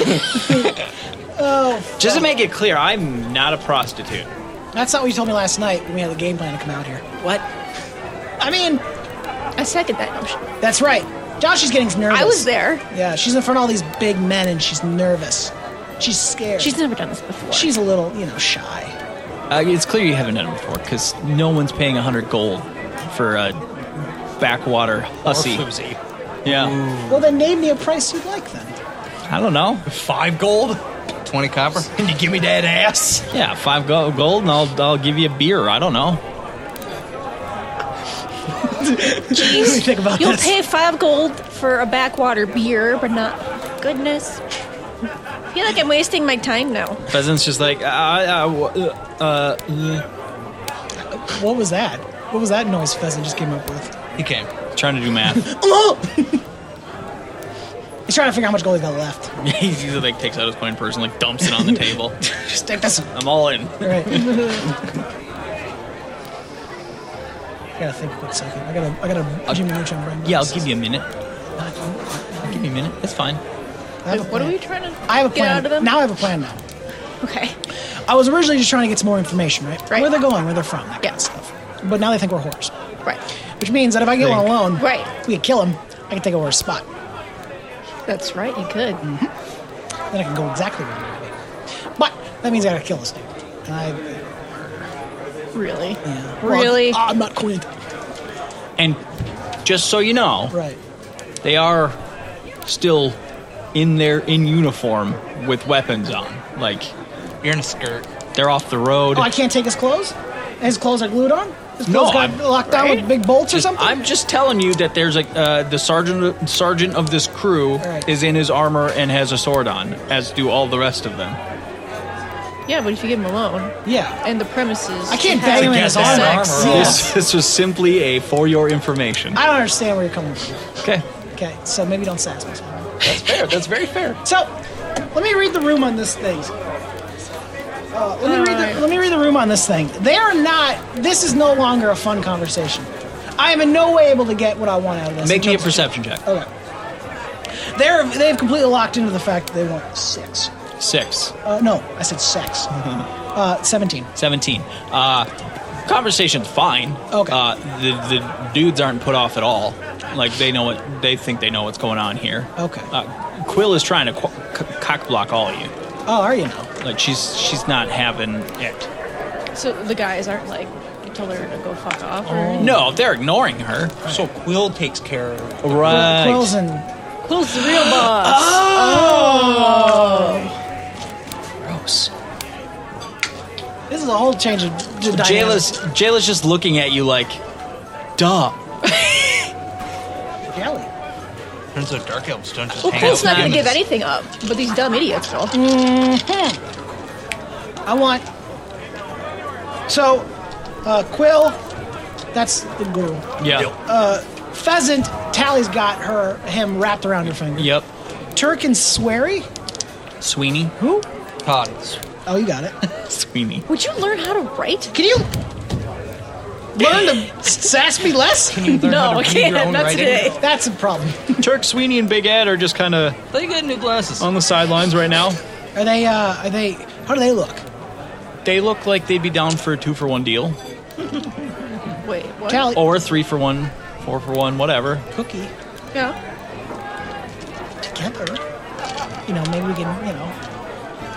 A: Just to make it clear, I'm not a prostitute.
B: That's not what you told me last night when we had the game plan to come out here. What? I mean,
D: I second that notion.
B: that's right. Josh is getting nervous.
D: I was there.
B: Yeah, she's in front of all these big men and she's nervous. She's scared.
D: She's never done this before.
B: she's a little, you know, shy.
A: Uh, it's clear you haven't done it before because no one's paying a hundred gold for a backwater hussy.
G: Floozy.
A: Yeah,
B: Well, then name me a price you'd like then.
A: I don't know.
G: Five gold? Twenty copper?
C: Can you give me that ass?
A: Yeah, five go- gold, and I'll I'll give you a beer. I don't know.
B: Let me think about
D: You'll
B: this.
D: pay five gold for a backwater beer, but not goodness. I feel like I'm wasting my time now.
A: Pheasant's just like, uh, uh, w- uh, uh, yeah."
B: what was that? What was that noise Pheasant just came up with? Oh!
G: He came.
A: trying to do math.
B: He's trying to figure out how much gold he's got left.
A: he either like takes out his coin purse and like dumps it on the table.
B: Just take this.
A: I'm all in.
B: All right. I gotta think a quick second. I gotta, I gotta Jimmy Neutron brain.
A: Yeah, I'll give you a minute. I'll give you a minute. It's fine.
B: I have a
D: What are
B: plan.
D: we trying to
B: I have a plan.
D: get out of them?
B: Now I have a plan now.
D: Okay.
B: I was originally just trying to get some more information, right?
D: Right.
B: Where they're going, where they're from, that kind
D: Yeah.
B: of stuff. But now they think we're whores.
D: Right.
B: Which means that if I get one
A: Think.
B: alone,
D: Right.
B: we could kill him. I can take over his spot.
D: That's right, you could.
B: Then I can go exactly where I want to go. But that means I gotta kill this dude. And I,
D: Really?
B: yeah.
D: Really?
B: Well, Ah, I'm not Quint.
A: And just so you know,
B: Right.
A: they are still in their in uniform with weapons on. Like
G: You're in a skirt.
A: they're off the road.
B: Oh, I can't take his clothes? His clothes are glued on? His
A: No,
B: clothes got
A: I'm-
B: locked down with
A: right?
B: big bolts or
A: Just-
B: something?
A: I'm just telling you that there's a uh, the sergeant sergeant of this crew
B: right.
A: is in his armor and has a sword on, as do all the rest of them.
D: Yeah, but if you get him alone
B: yeah.
D: and the premises.
B: I can't
D: to
B: bang him
D: have
B: in his
D: sex.
B: armor.
G: armor.
B: Yeah.
A: This this was simply a for your information.
B: I don't understand where you're coming from.
A: Okay,
B: Okay, so maybe don't sass me.
A: that's fair. That's very fair.
B: So, let me read the room on this thing. Uh, let, me read the,
D: Alright.
B: let me read the room on this thing. They are not. This is no longer a fun conversation. I am in no way able to get what I want out of this.
A: Make
B: in
A: me a
B: terms of-
A: perception check.
B: Okay. They're they've completely locked into the fact that they want six.
A: Six.
B: Uh, no, I said sex. uh, Seventeen.
A: 17. Uh, conversation's fine.
B: Okay.
A: Uh, the, the dudes aren't put off at all. Like, they know what, they think they know what's going on here.
B: Okay.
A: Uh, Quill is trying to qu- c- cock block all of you.
B: Oh, are you now?
A: Like, she's she's not having it.
D: So the guys aren't like, you told her to go fuck off
B: Oh.
D: or anything?
A: No, they're ignoring her.
C: So Quill takes care of it.
A: Right.
B: Quills and
D: Who's the real boss?
B: Oh.
A: Gross.
B: this is a whole change of d- dynamic.
A: Jayla's, Jayla's just looking at you like, duh.
B: Jelly.
G: Turns out dark elves don't just
D: well,
G: hang out.
D: Quill's not going
A: with
D: to give
A: humans.
D: anything up, but these dumb idiots will.
B: Mm. I want. So, uh, Quill, that's the guru.
A: Yeah.
B: Pheasant, Tally's got her him wrapped around her finger.
A: Yep.
B: Turk and Swery.
A: Sweeney.
B: Who?
G: Todd's.
B: Oh, you got it.
A: Sweeney.
D: Would you learn how to write?
B: Can you learn to s- sass me less?
D: No, I can't. Not today.
B: That's a problem.
A: Turk, Sweeney, and Big Ed are just kind of
G: They got new glasses.
A: on the sidelines right now.
B: Are they? Uh, are they? How do they look?
A: They look like they'd be down for a two for one deal.
D: Wait, what?
B: Tally.
A: or three for one, four for one, whatever.
B: Cookie
D: Yeah.
B: together. You know, maybe we can. You know,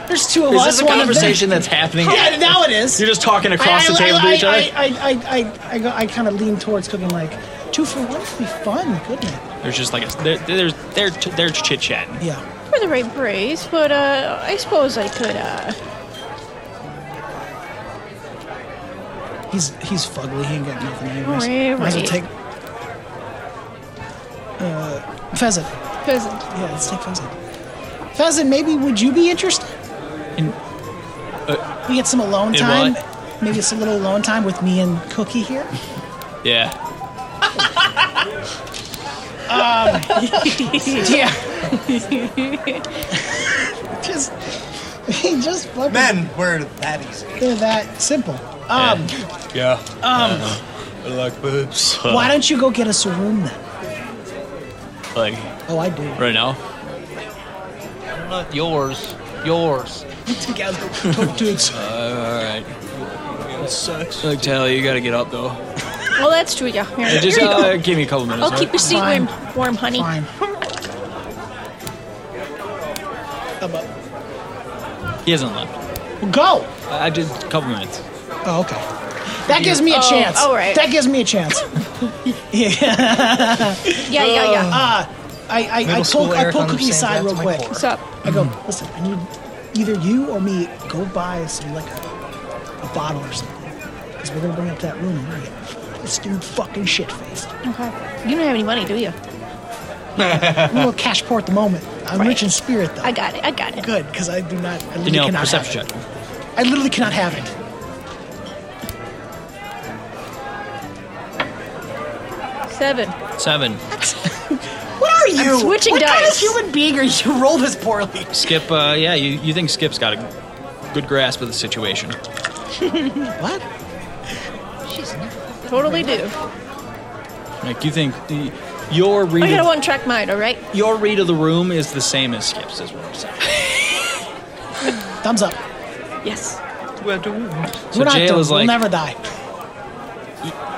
B: there's two of
A: Is
B: us.
A: this a
B: one of them.
A: conversation that's happening?
B: Yeah, now it is.
A: You're just talking across the
B: I- I-
A: table
B: I,
A: to each other.
B: I, I, I, I, I, go- I kind of lean towards cooking like two for one would be fun, couldn't it?
A: There's just like a there, there's they're they're chit chatting.
B: Yeah.
D: For the right praise, but uh, I suppose I could. uh...
B: He's he's fugly. He ain't got nothing. Anyways.
D: Alright,
B: Might as well
D: right.
B: take. Uh, pheasant.
D: Pheasant.
B: Yeah, let's take pheasant. Pheasant, maybe would you be interested?
A: In- uh,
B: we get some alone
A: in
B: time.
A: what?
B: Maybe it's a little alone time with me and Cookie here.
A: Yeah.
B: yeah. just, just fucking.
C: Men were that easy.
B: They're that simple. Um,
G: Yeah. Um. I like boobs.
B: Why don't you go get us a room then?
A: Like
B: Oh, I do.
A: right now.
G: Not yours. Yours.
B: Together, coke dudes.
A: All right. Look, Tally, you gotta get up though.
D: Well, that's true. Yeah. Here,
A: Just
D: here you go.
A: uh, give me a couple minutes.
D: I'll keep your seat
B: Fine.
D: warm, warm, honey.
B: Fine. How about-
A: right? He hasn't left.
B: Well, go.
A: I I did a couple minutes.
B: Oh, okay. That gives me a
D: Oh,
B: chance.
D: all right.
B: That gives me a chance. yeah.
D: Yeah, yeah, yeah.
B: Uh, I I, I
C: Middle
B: pull
C: school
B: I
C: Eric
B: pull
C: on the
B: Cookie
C: same
B: aside
C: path
B: real
C: as my
B: quick.
C: core.
D: What's up?
B: I go. Listen, I need either you or me go buy some liquor, a bottle or something, because we're gonna bring up that room and we're gonna get this dude fucking shit faced.
D: Okay. You don't have any money, do you?
B: I'm a little cash poor at the moment. I'm
D: Right.
B: rich in spirit though.
D: I got it. I got it.
B: good because I do not. I literally
A: Danielle,
B: cannot
A: perception
B: have
A: check.
B: it. I literally cannot have it.
D: Seven.
A: Seven.
B: What are you?
D: switching
B: what kind of
D: dice.
B: human being are you? You Rolled this poorly.
A: Skip. Uh, yeah, you, you think Skip's got a good grasp of the situation?
B: What?
D: She's not. Totally do.
A: Like you think y- your
D: I
A: read
D: got a
A: of,
D: one track mind, all right?
A: your read of the room is the same as Skip's, is what I'm saying.
B: Thumbs up.
D: Yes.
A: So
B: We're not
A: Jail
B: done.
A: is like,
B: we'll never die.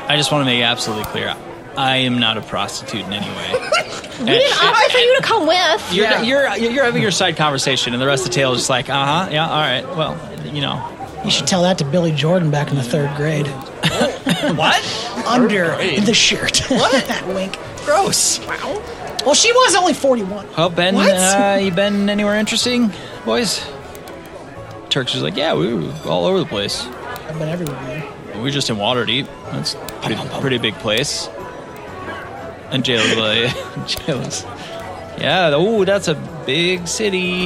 A: I just want to make absolutely clear, I am not a prostitute in any way.
D: We didn't offer for you to come with.
A: You're, you're you're having your side conversation, and the rest of the tale is just like, uh huh, yeah, all right, well, you know,
B: You should tell that to Billy Jordan back in the third grade.
A: what?
B: Under the shirt. What? Wink.
A: Gross.
B: Well, she was only 41.
A: Well, Ben,
B: What?
A: uh, you been anywhere interesting, boys? Turks is like, yeah, we were all over the place.
B: I've been everywhere. man.
A: We were just in Waterdeep. That's a pretty, pretty big place. And Jalen's like, Jalen's, yeah, oh, that's a big city.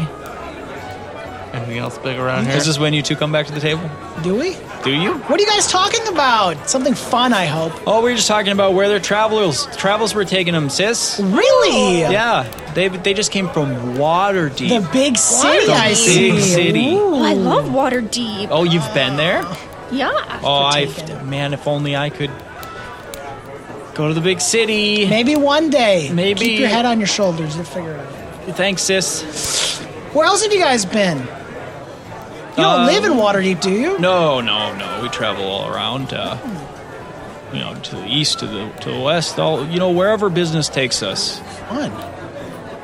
G: Anything else big around here?
A: Is this when you two come back to the table?
B: Do we?
A: Do you?
B: What are you guys talking about? Something fun, I hope.
A: Oh, we were just talking about where their travelers travels were taking them, sis.
B: Really?
A: Yeah, they they just came from Waterdeep.
B: The big city,
D: The
B: I
D: big
B: see.
A: city.
D: Oh, I love water deep.
A: oh, you've been there?
D: Yeah.
A: Oh, I
B: Taken.
A: man, if only I could go to the big city.
B: Maybe one day.
A: Maybe-
B: Keep your head on your shoulders. You'll figure it out.
A: Thanks, sis.
B: Where else have you guys been? You don't
A: Um,
B: live in Waterdeep, do you?
A: No, no, no. We travel all around. Uh, you know, to the east, to the to the west, all you know, wherever business takes us.
B: Fun. You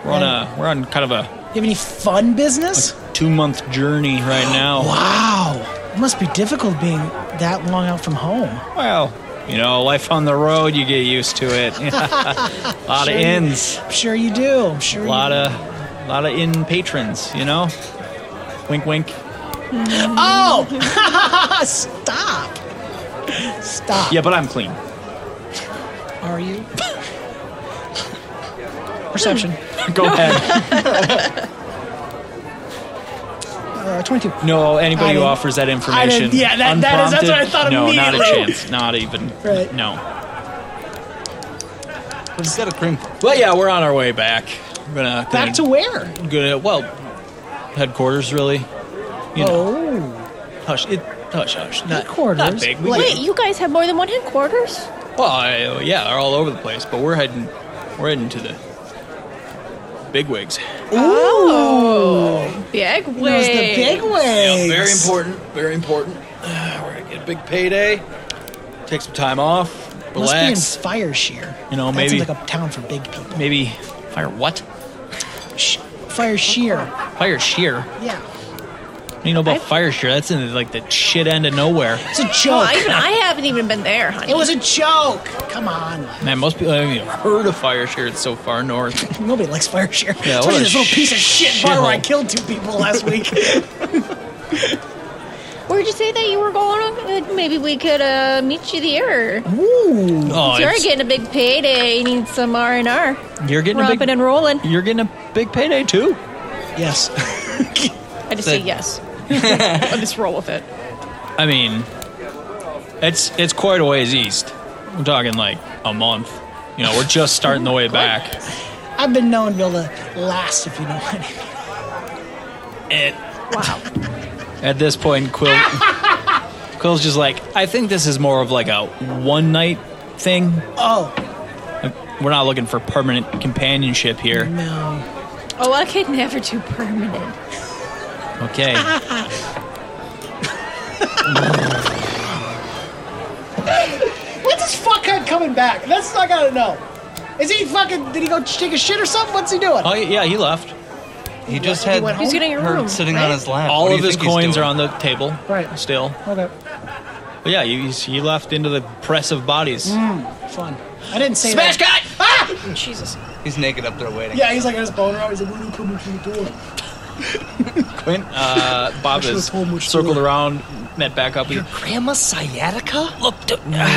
A: We're on a we're on kind of a
B: have any fun business?
A: two month journey right now.
B: Wow. It must be difficult being that long out from home.
A: Well, you know, life on the road, you get used to it. a lot of ins,
B: I'm sure you do. I'm sure
A: a
B: you
A: lot of, lot of in patrons. You know, wink, wink.
B: Oh! Stop. Stop.
A: Yeah, but I'm clean.
B: Are you? Perception.
A: Go ahead.
B: Uh, 22.
A: No, anybody
B: I
A: who
B: didn't-
A: offers that
B: I
A: information,
B: didn't- yeah, that- that is- that's what I
A: unprompted,
B: thought
A: No, not a
B: immediately.
A: chance. Not even.
B: Right.
A: No.
G: He's got a crimp.
A: Well, yeah, we're on our way back. We're gonna
B: Back to
A: gonna,
B: where?
A: gonna well, headquarters really. You know,
B: Oh.
A: hush, it, hush, hush. Not,
B: Headquarters?
A: Not big. We
D: Wait, you guys have more than one headquarters?
A: Well, I, oh, yeah, they're all over the place, but we're heading, we're heading to the bigwigs.
D: Big
B: Those the
D: way.
B: big
A: Yeah,
B: way.
A: very important, very important. Uh, we're gonna get a big payday. Take some time off,
B: Must be in
A: relax.
B: Fire Shear.
A: You know,
B: That
A: maybe-
B: sounds like a town for big people.
A: Maybe fire what?
B: Sh- Fire Shear.
A: Fire shear.
B: Yeah.
A: What do You know about fire shear? That's in like the shit end of nowhere.
B: It's a
D: Oh,
B: joke.
D: I, even, I haven't even been there, honey.
B: it was a joke. Come on.
A: Man, most people haven't even heard of fire shear. It's so far north.
B: Nobody likes Fire Shear.
A: Yeah, what
B: Especially
A: a
B: this little piece of shit bar where I
A: shithole.
B: killed two people last week.
D: Where'd you say that you were going? on? Uh, Maybe we could uh, meet you there.
B: Ooh.
A: Oh,
D: You're
A: it's-
D: getting a big payday. You need some R and R.
A: you're getting a
D: Romping
A: big,
D: and rolling.
A: you're getting a big payday too.
B: Yes.
D: I just say yes. I'll just roll with it.
A: I mean, it's it's quite a ways east. We're talking like a month. You know, we're just starting the way back.
B: I've been known to be able to last if you know what I mean.
A: It, At this point, Quill Quill's just like, I think this is more of like a one night thing.
B: Oh,
A: We're not looking for permanent companionship here.
B: no.
D: Oh, I could never do permanent.
A: Okay.
B: When's this fuckhead coming back? That's I gotta know. Is he fucking? Did he go take a shit or something? What's he
G: Uh,
B: doing?
A: Oh yeah, he left.
G: He just
B: He
G: had
B: went
D: He's
B: home?
D: getting a
G: her
D: room.
G: sitting
D: right?
G: on his lap.
A: All of his coins are on the table.
B: Right.
A: Still.
B: Okay.
A: But yeah, he, he left into the press of bodies.
B: Mm. Fun. I didn't say
G: Smash
B: that.
G: cut!
B: Ah!
D: Jesus.
G: He's naked up there waiting.
B: Yeah, he's like on his boner. out. He's like, "When you coming through the door?"
A: Quint, uh, Bob
B: should've
A: has
B: told him which
A: circled
B: door.
A: around, met back up. He,
C: Grandma sciatica? Look,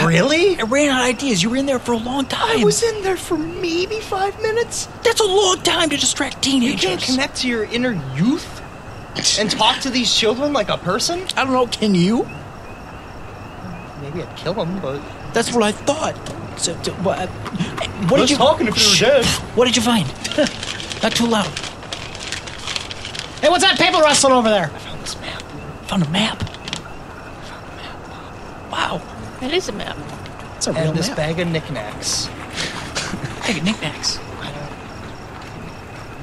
G: Really? I ran out of ideas. You were in there for a long time.
C: I was in there for maybe five minutes.
G: That's a long time to distract
C: You can't
G: teenagers.
C: connect to your inner youth and talk to these children like a person?
G: I don't know. Can you?
C: Maybe I'd kill them, but.
G: That's what I thought. So, so, what, uh, what
C: What
G: did you?
C: talking if you were dead?
G: What did you find? Not too loud.
B: Hey, what's that paper rustling over there?
G: This map. Found a map. Wow.
D: That is a map.
B: That's a real
C: and this
B: map.
C: bag of knickknacks.
G: Hey, knickknacks.
C: Would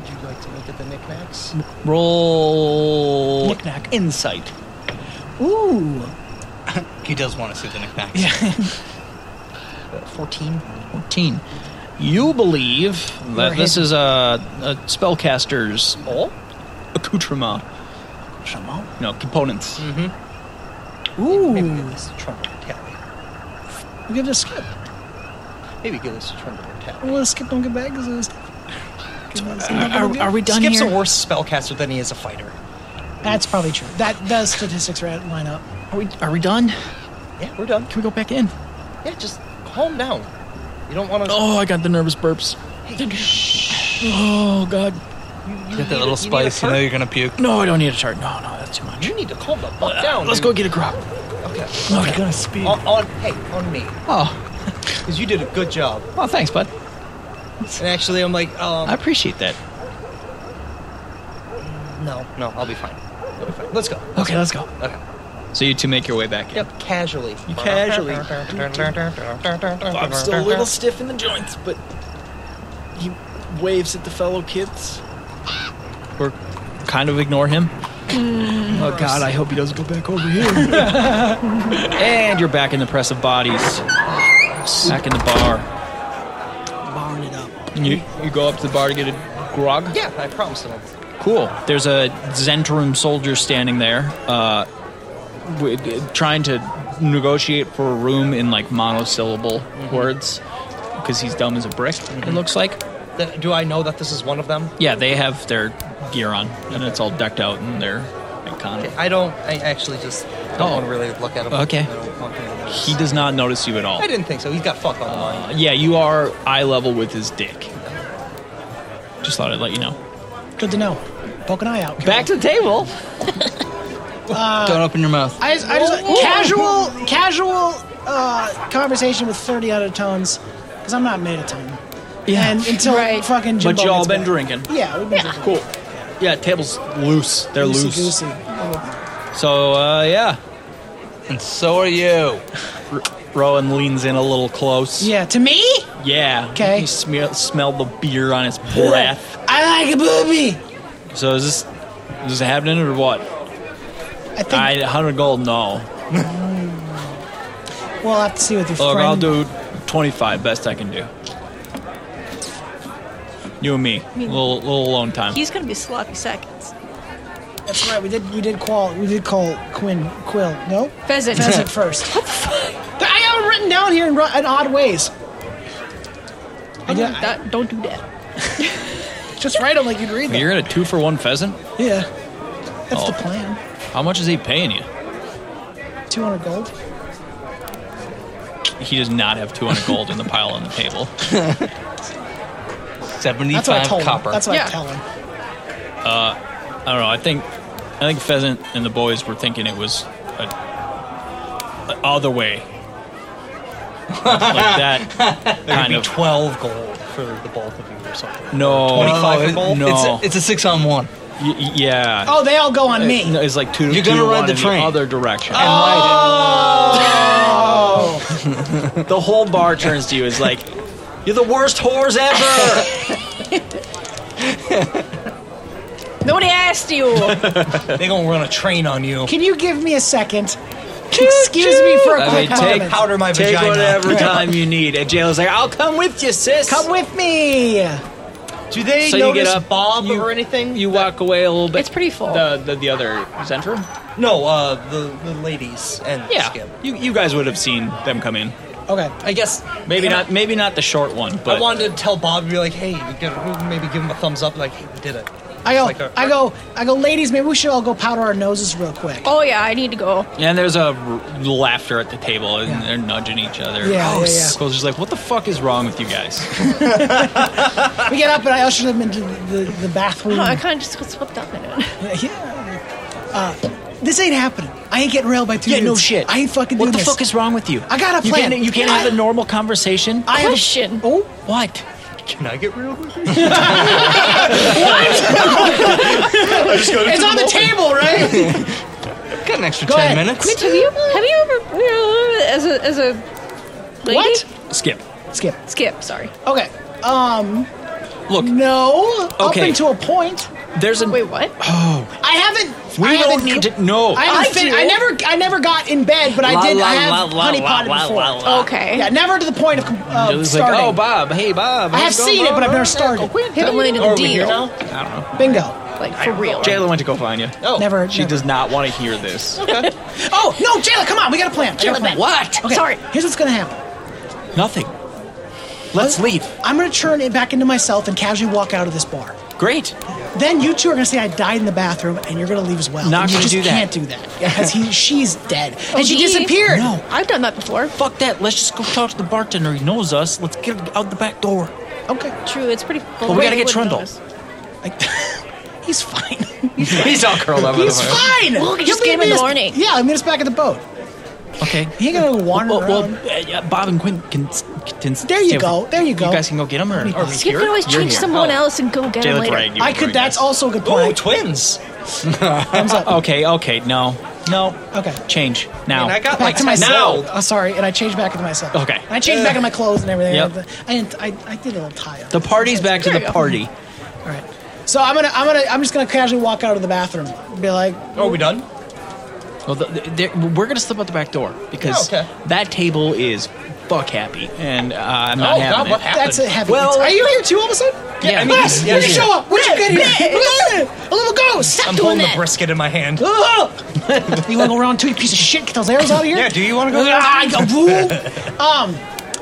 C: you like to look at the knickknacks?
A: Roll
B: Knick-knack.
A: insight.
B: Ooh.
G: He does want to see the knickknacks. Yeah.
C: 14.
A: 14. You believe that this is a, a spellcaster's accoutrement, you know, components.
C: Mm-hmm. Maybe
B: Ooh.
C: give this a trumpeter tally.
B: We give it a skip.
C: Maybe give this a trumpeter tally.
B: Well, skip don't get back because it was.
E: Are, are we done
C: Skip's
E: here?
C: a worse spellcaster than he is a fighter.
B: That's probably true. That those statistics ra- line up.
E: Are we, are we done?
C: Yeah, we're done.
E: Can we go back in?
C: Yeah, just calm down. You don't want to.
E: Oh, I got the nervous burps. Oh God!
G: Get that little spice. You know you're gonna puke.
E: No, I don't need a chart. No, no, that's too much.
C: You need to calm the
B: Uh,
C: fuck down.
E: Let's go
C: dude.
E: get a grub.
C: Okay.
E: Okay. gonna speed.
C: On, on, hey, on me.
A: Oh,
C: Because you did a good job.
A: well, thanks, bud.
C: And actually, I'm like, um,
A: I appreciate that.
C: no, no, I'll be fine. I'll be fine. Let's go.
E: Okay, let's go.
C: Okay.
A: So you two make your way back in.
C: Yep, casually. You
A: casually.
E: I'm still a little stiff in the joints, but he waves at the fellow kids.
A: Or kind of ignore him.
E: Oh God! I hope he doesn't go back over here.
A: And you're back in the press of bodies. Back in the bar.
B: Barn it up.
A: You, you go up to the bar to get a grog?
C: Yeah, I promised him.
A: Cool. There's a Zentrum soldier standing there, uh, wi- d- trying to negotiate for a room in like monosyllable words because he's dumb as a brick. It looks like.
C: Th- Do I know that this is one of them?
A: Yeah, they have their gear on and it's all decked out and they're iconic.
C: I don't. I actually just don't
A: Oh.
C: want to really look at him.
A: Okay.
C: I don't want him to notice.
A: He does not notice you at all.
C: I didn't think so. He's got fuck on mine.
A: Yeah, you are eye level with his dick. Just thought I'd let you know.
B: Good to know. Poke an eye out.
A: Back to the table.
G: Don't open your mouth.
B: I just, I just casual casual uh, conversation with thirty out of tones because I'm not made a ton.
A: Yeah.
B: And until
D: Right.
B: fucking Jimbo
A: but y'all
B: gets
A: been
B: back.
A: drinking.
B: Yeah, we've been drinking.
A: Cool. Yeah, table's loose. They're
B: Loosey
A: loose.
B: goosey. Oh,
A: So uh, yeah,
G: And so are you.
A: Rowan leans in a little close.
B: Yeah, to me,
A: Yeah.
B: Okay.
A: He smear- smelled the beer on his breath.
B: I like a booby.
A: so is this is this happening or what?
B: I think
A: I hundred gold. No.
B: we'll have to see what your
A: Look,
B: friend.
A: I'll do twenty five. Best I can do. You and me. Little little alone time.
D: He's gonna be sloppy seconds.
B: That's right. We did we did call we did call Quinn Quill. No,
D: Pheasant.
B: pheasant first. I have it written down here in, ru- in odd ways. I did,
D: Don't, do
B: I
D: that. don't do that.
B: just write them like you'd read them.
A: You're in a two for one pheasant.
B: Yeah, that's
A: Oh.
B: the plan.
A: How much is he paying you?
B: Two hundred gold.
A: He does not have two hundred gold in the pile on the table.
G: Seventy-five
A: E
B: That's what I told
G: copper.
B: him. That's what
D: Yeah.
B: I tell him.
A: I don't know. I think I think Pheasant and the boys were thinking it was a, a other way. like that kind
C: It'd
A: of
C: be 12 gold for the both of you or something.
F: Uh,
A: no.
C: 25 for both?
A: No.
G: It's a, it's a six on one.
A: Y- y- yeah.
B: Oh, they all go on me.
A: No, it's like two.
G: You're gonna
A: two to
G: ride
A: one
G: the
A: in
G: train.
A: the other direction.
B: Oh,
A: The whole bar turns to you. Is like, you're the worst whores ever.
D: Nobody asked you.
C: They're going to run a train on you.
B: can you give me a second? Excuse me for a
A: I
B: quick
A: mean, take
B: moment.
C: Powder my
A: Take
C: vagina.
A: whatever time you need. And Jalen's like, I'll come with you, sis.
B: Come with me.
C: Do they
A: So you
C: notice
A: get up,
C: Bob
A: you-
C: or anything?
A: You walk away a little bit.
D: It's pretty full.
A: The the, the other center.
C: no, uh, the, the ladies and
A: Yeah,
C: Skip.
A: you you guys would have seen them come in.
B: Okay.
C: I guess
A: Maybe
C: Can I-
A: not. Maybe not the short one, but
C: I wanted to tell Bob to be like, hey, you gotta maybe give him a thumbs up, like, hey, we did it.
B: I go.
C: Like a-
B: I go. I go. Ladies, maybe we should all go powder our noses real quick.
D: Oh yeah, I need to go.
A: and there's a r- laughter at the table, and
B: Yeah.
A: they're nudging each other.
B: Yeah, yeah, yeah.
A: Skull's just like, what the fuck is wrong with you guys?
B: We get up and I usher them into the, the, the bathroom.
D: No, Oh, I kind of just got swept up in it.
B: Yeah. Uh, this ain't happening. I ain't getting railed by two dudes. I ain't fucking
A: What
B: doing
A: the
B: this.
A: fuck is wrong with you?
B: I got a
A: You
B: plan.
A: can't, you can't
B: I-
A: have a normal conversation.
B: I have a-
D: Question.
B: oh,
A: what?
C: Can I get real with you?
B: it's on the table, right?
G: Got an extra
B: Go
G: ten
B: ahead.
G: minutes.
D: Mitch, have you have you ever you know, as a as a Lady?
B: What?
A: Skip.
B: Skip.
D: Skip, sorry.
B: Okay. Um.
A: Look,
B: No. Up
A: Okay.
B: until a point.
A: there's an.
D: Wait, what?
B: I haven't.
A: We
B: I
A: don't
B: haven't
A: need
B: co-
A: to. No.
B: I haven't.
D: I
B: fin-
D: do.
B: I never. I never got in bed, but I did.
G: la,
B: I have
G: la, la,
B: honey
G: la,
B: potted
G: la,
B: before.
G: la, la.
D: Okay.
B: Yeah, never to the point of com-
E: It
B: of
E: was like,
B: starting.
E: oh, Bob, hey, Bob.
B: I have seen it, but I've never started.
D: Hit him late in the
A: Are we here
D: deal.
A: now? I don't know.
B: Bingo.
D: Like, for real.
A: Jayla went to go find you.
C: Oh,
B: Never.
A: She
B: never.
A: does not want to hear this.
B: Oh no, Jayla, come on. We got a plan. Jayla, plan.
D: What?
B: Okay.
D: Sorry.
B: Here's what's gonna happen.
A: Nothing. Let's leave.
B: I'm gonna turn it back into myself and casually walk out of this bar.
A: Great.
B: Then you two are gonna say I died in the bathroom, and you're gonna leave as well.
A: Not
B: And you
A: gonna
B: just
A: do that.
B: Can't do that because he, she's dead,
G: Oh,
B: and she
D: gee.
B: disappeared.
A: No.
D: I've done that before.
G: Fuck that. Let's just go talk to the bartender. He knows us. Let's get out the back door.
B: Okay.
D: True, it's pretty full.
G: we gotta get Trundle.
B: I- he's fine.
A: He's all curled up.
B: He's fine.
D: Well, we can just
B: He'll
D: get him in
B: meet
D: the
B: us-
D: morning.
B: Yeah, I meet us back at the boat.
G: Okay.
B: He ain't gonna wander
G: Well, well,
B: around.
G: uh, yeah, Bob and Quinn can, can
B: There you go. There you go.
G: You guys can go get him, or, or we
D: Skip
G: here?
D: can always
G: You're
D: change
G: here.
D: someone
G: Oh.
D: else and go get him
A: Jayla
D: later.
A: Craig, you
B: I could.
A: bring
B: That's
A: us.
B: also a good
C: Ooh,
B: point.
C: twins.
B: Thumbs up.
A: Okay, okay, no. No.
B: Okay.
A: Change. Now.
C: And I got
B: Back
C: like
B: to myself.
C: now.
B: Oh, sorry. And I changed back into myself.
A: Okay.
B: And I changed back into my clothes and everything.
A: Yep.
B: I, didn't, I, I did a little tie up.
A: the party's back to
D: There
A: the
D: you go.
A: party.
B: All right. So I'm gonna I'm gonna I'm just gonna casually walk out of the bathroom. and Be like,
C: Are we done?
A: Well, Oh, the, the, there- we're going to slip out the back door because
C: Oh, okay.
A: that table is fuck happy. And uh, I'm not
C: Oh,
A: having
C: God,
A: it.
C: what happened?
B: that's a heavy.
A: Well-
B: are you here too? All of a sudden?
A: Yeah, I mean,
B: yes.
A: yeah,
B: Where'd you
A: yeah.
B: show up? Where'd you get here? Look at it, a little ghost.
D: Stop
C: I'm
D: doing
C: holding
D: that.
C: the brisket in my hand.
B: Oh! you wanna go around too, you piece of shit? Get those arrows out of here.
C: Yeah, do you want to go?
B: Ah, I got woo. Um,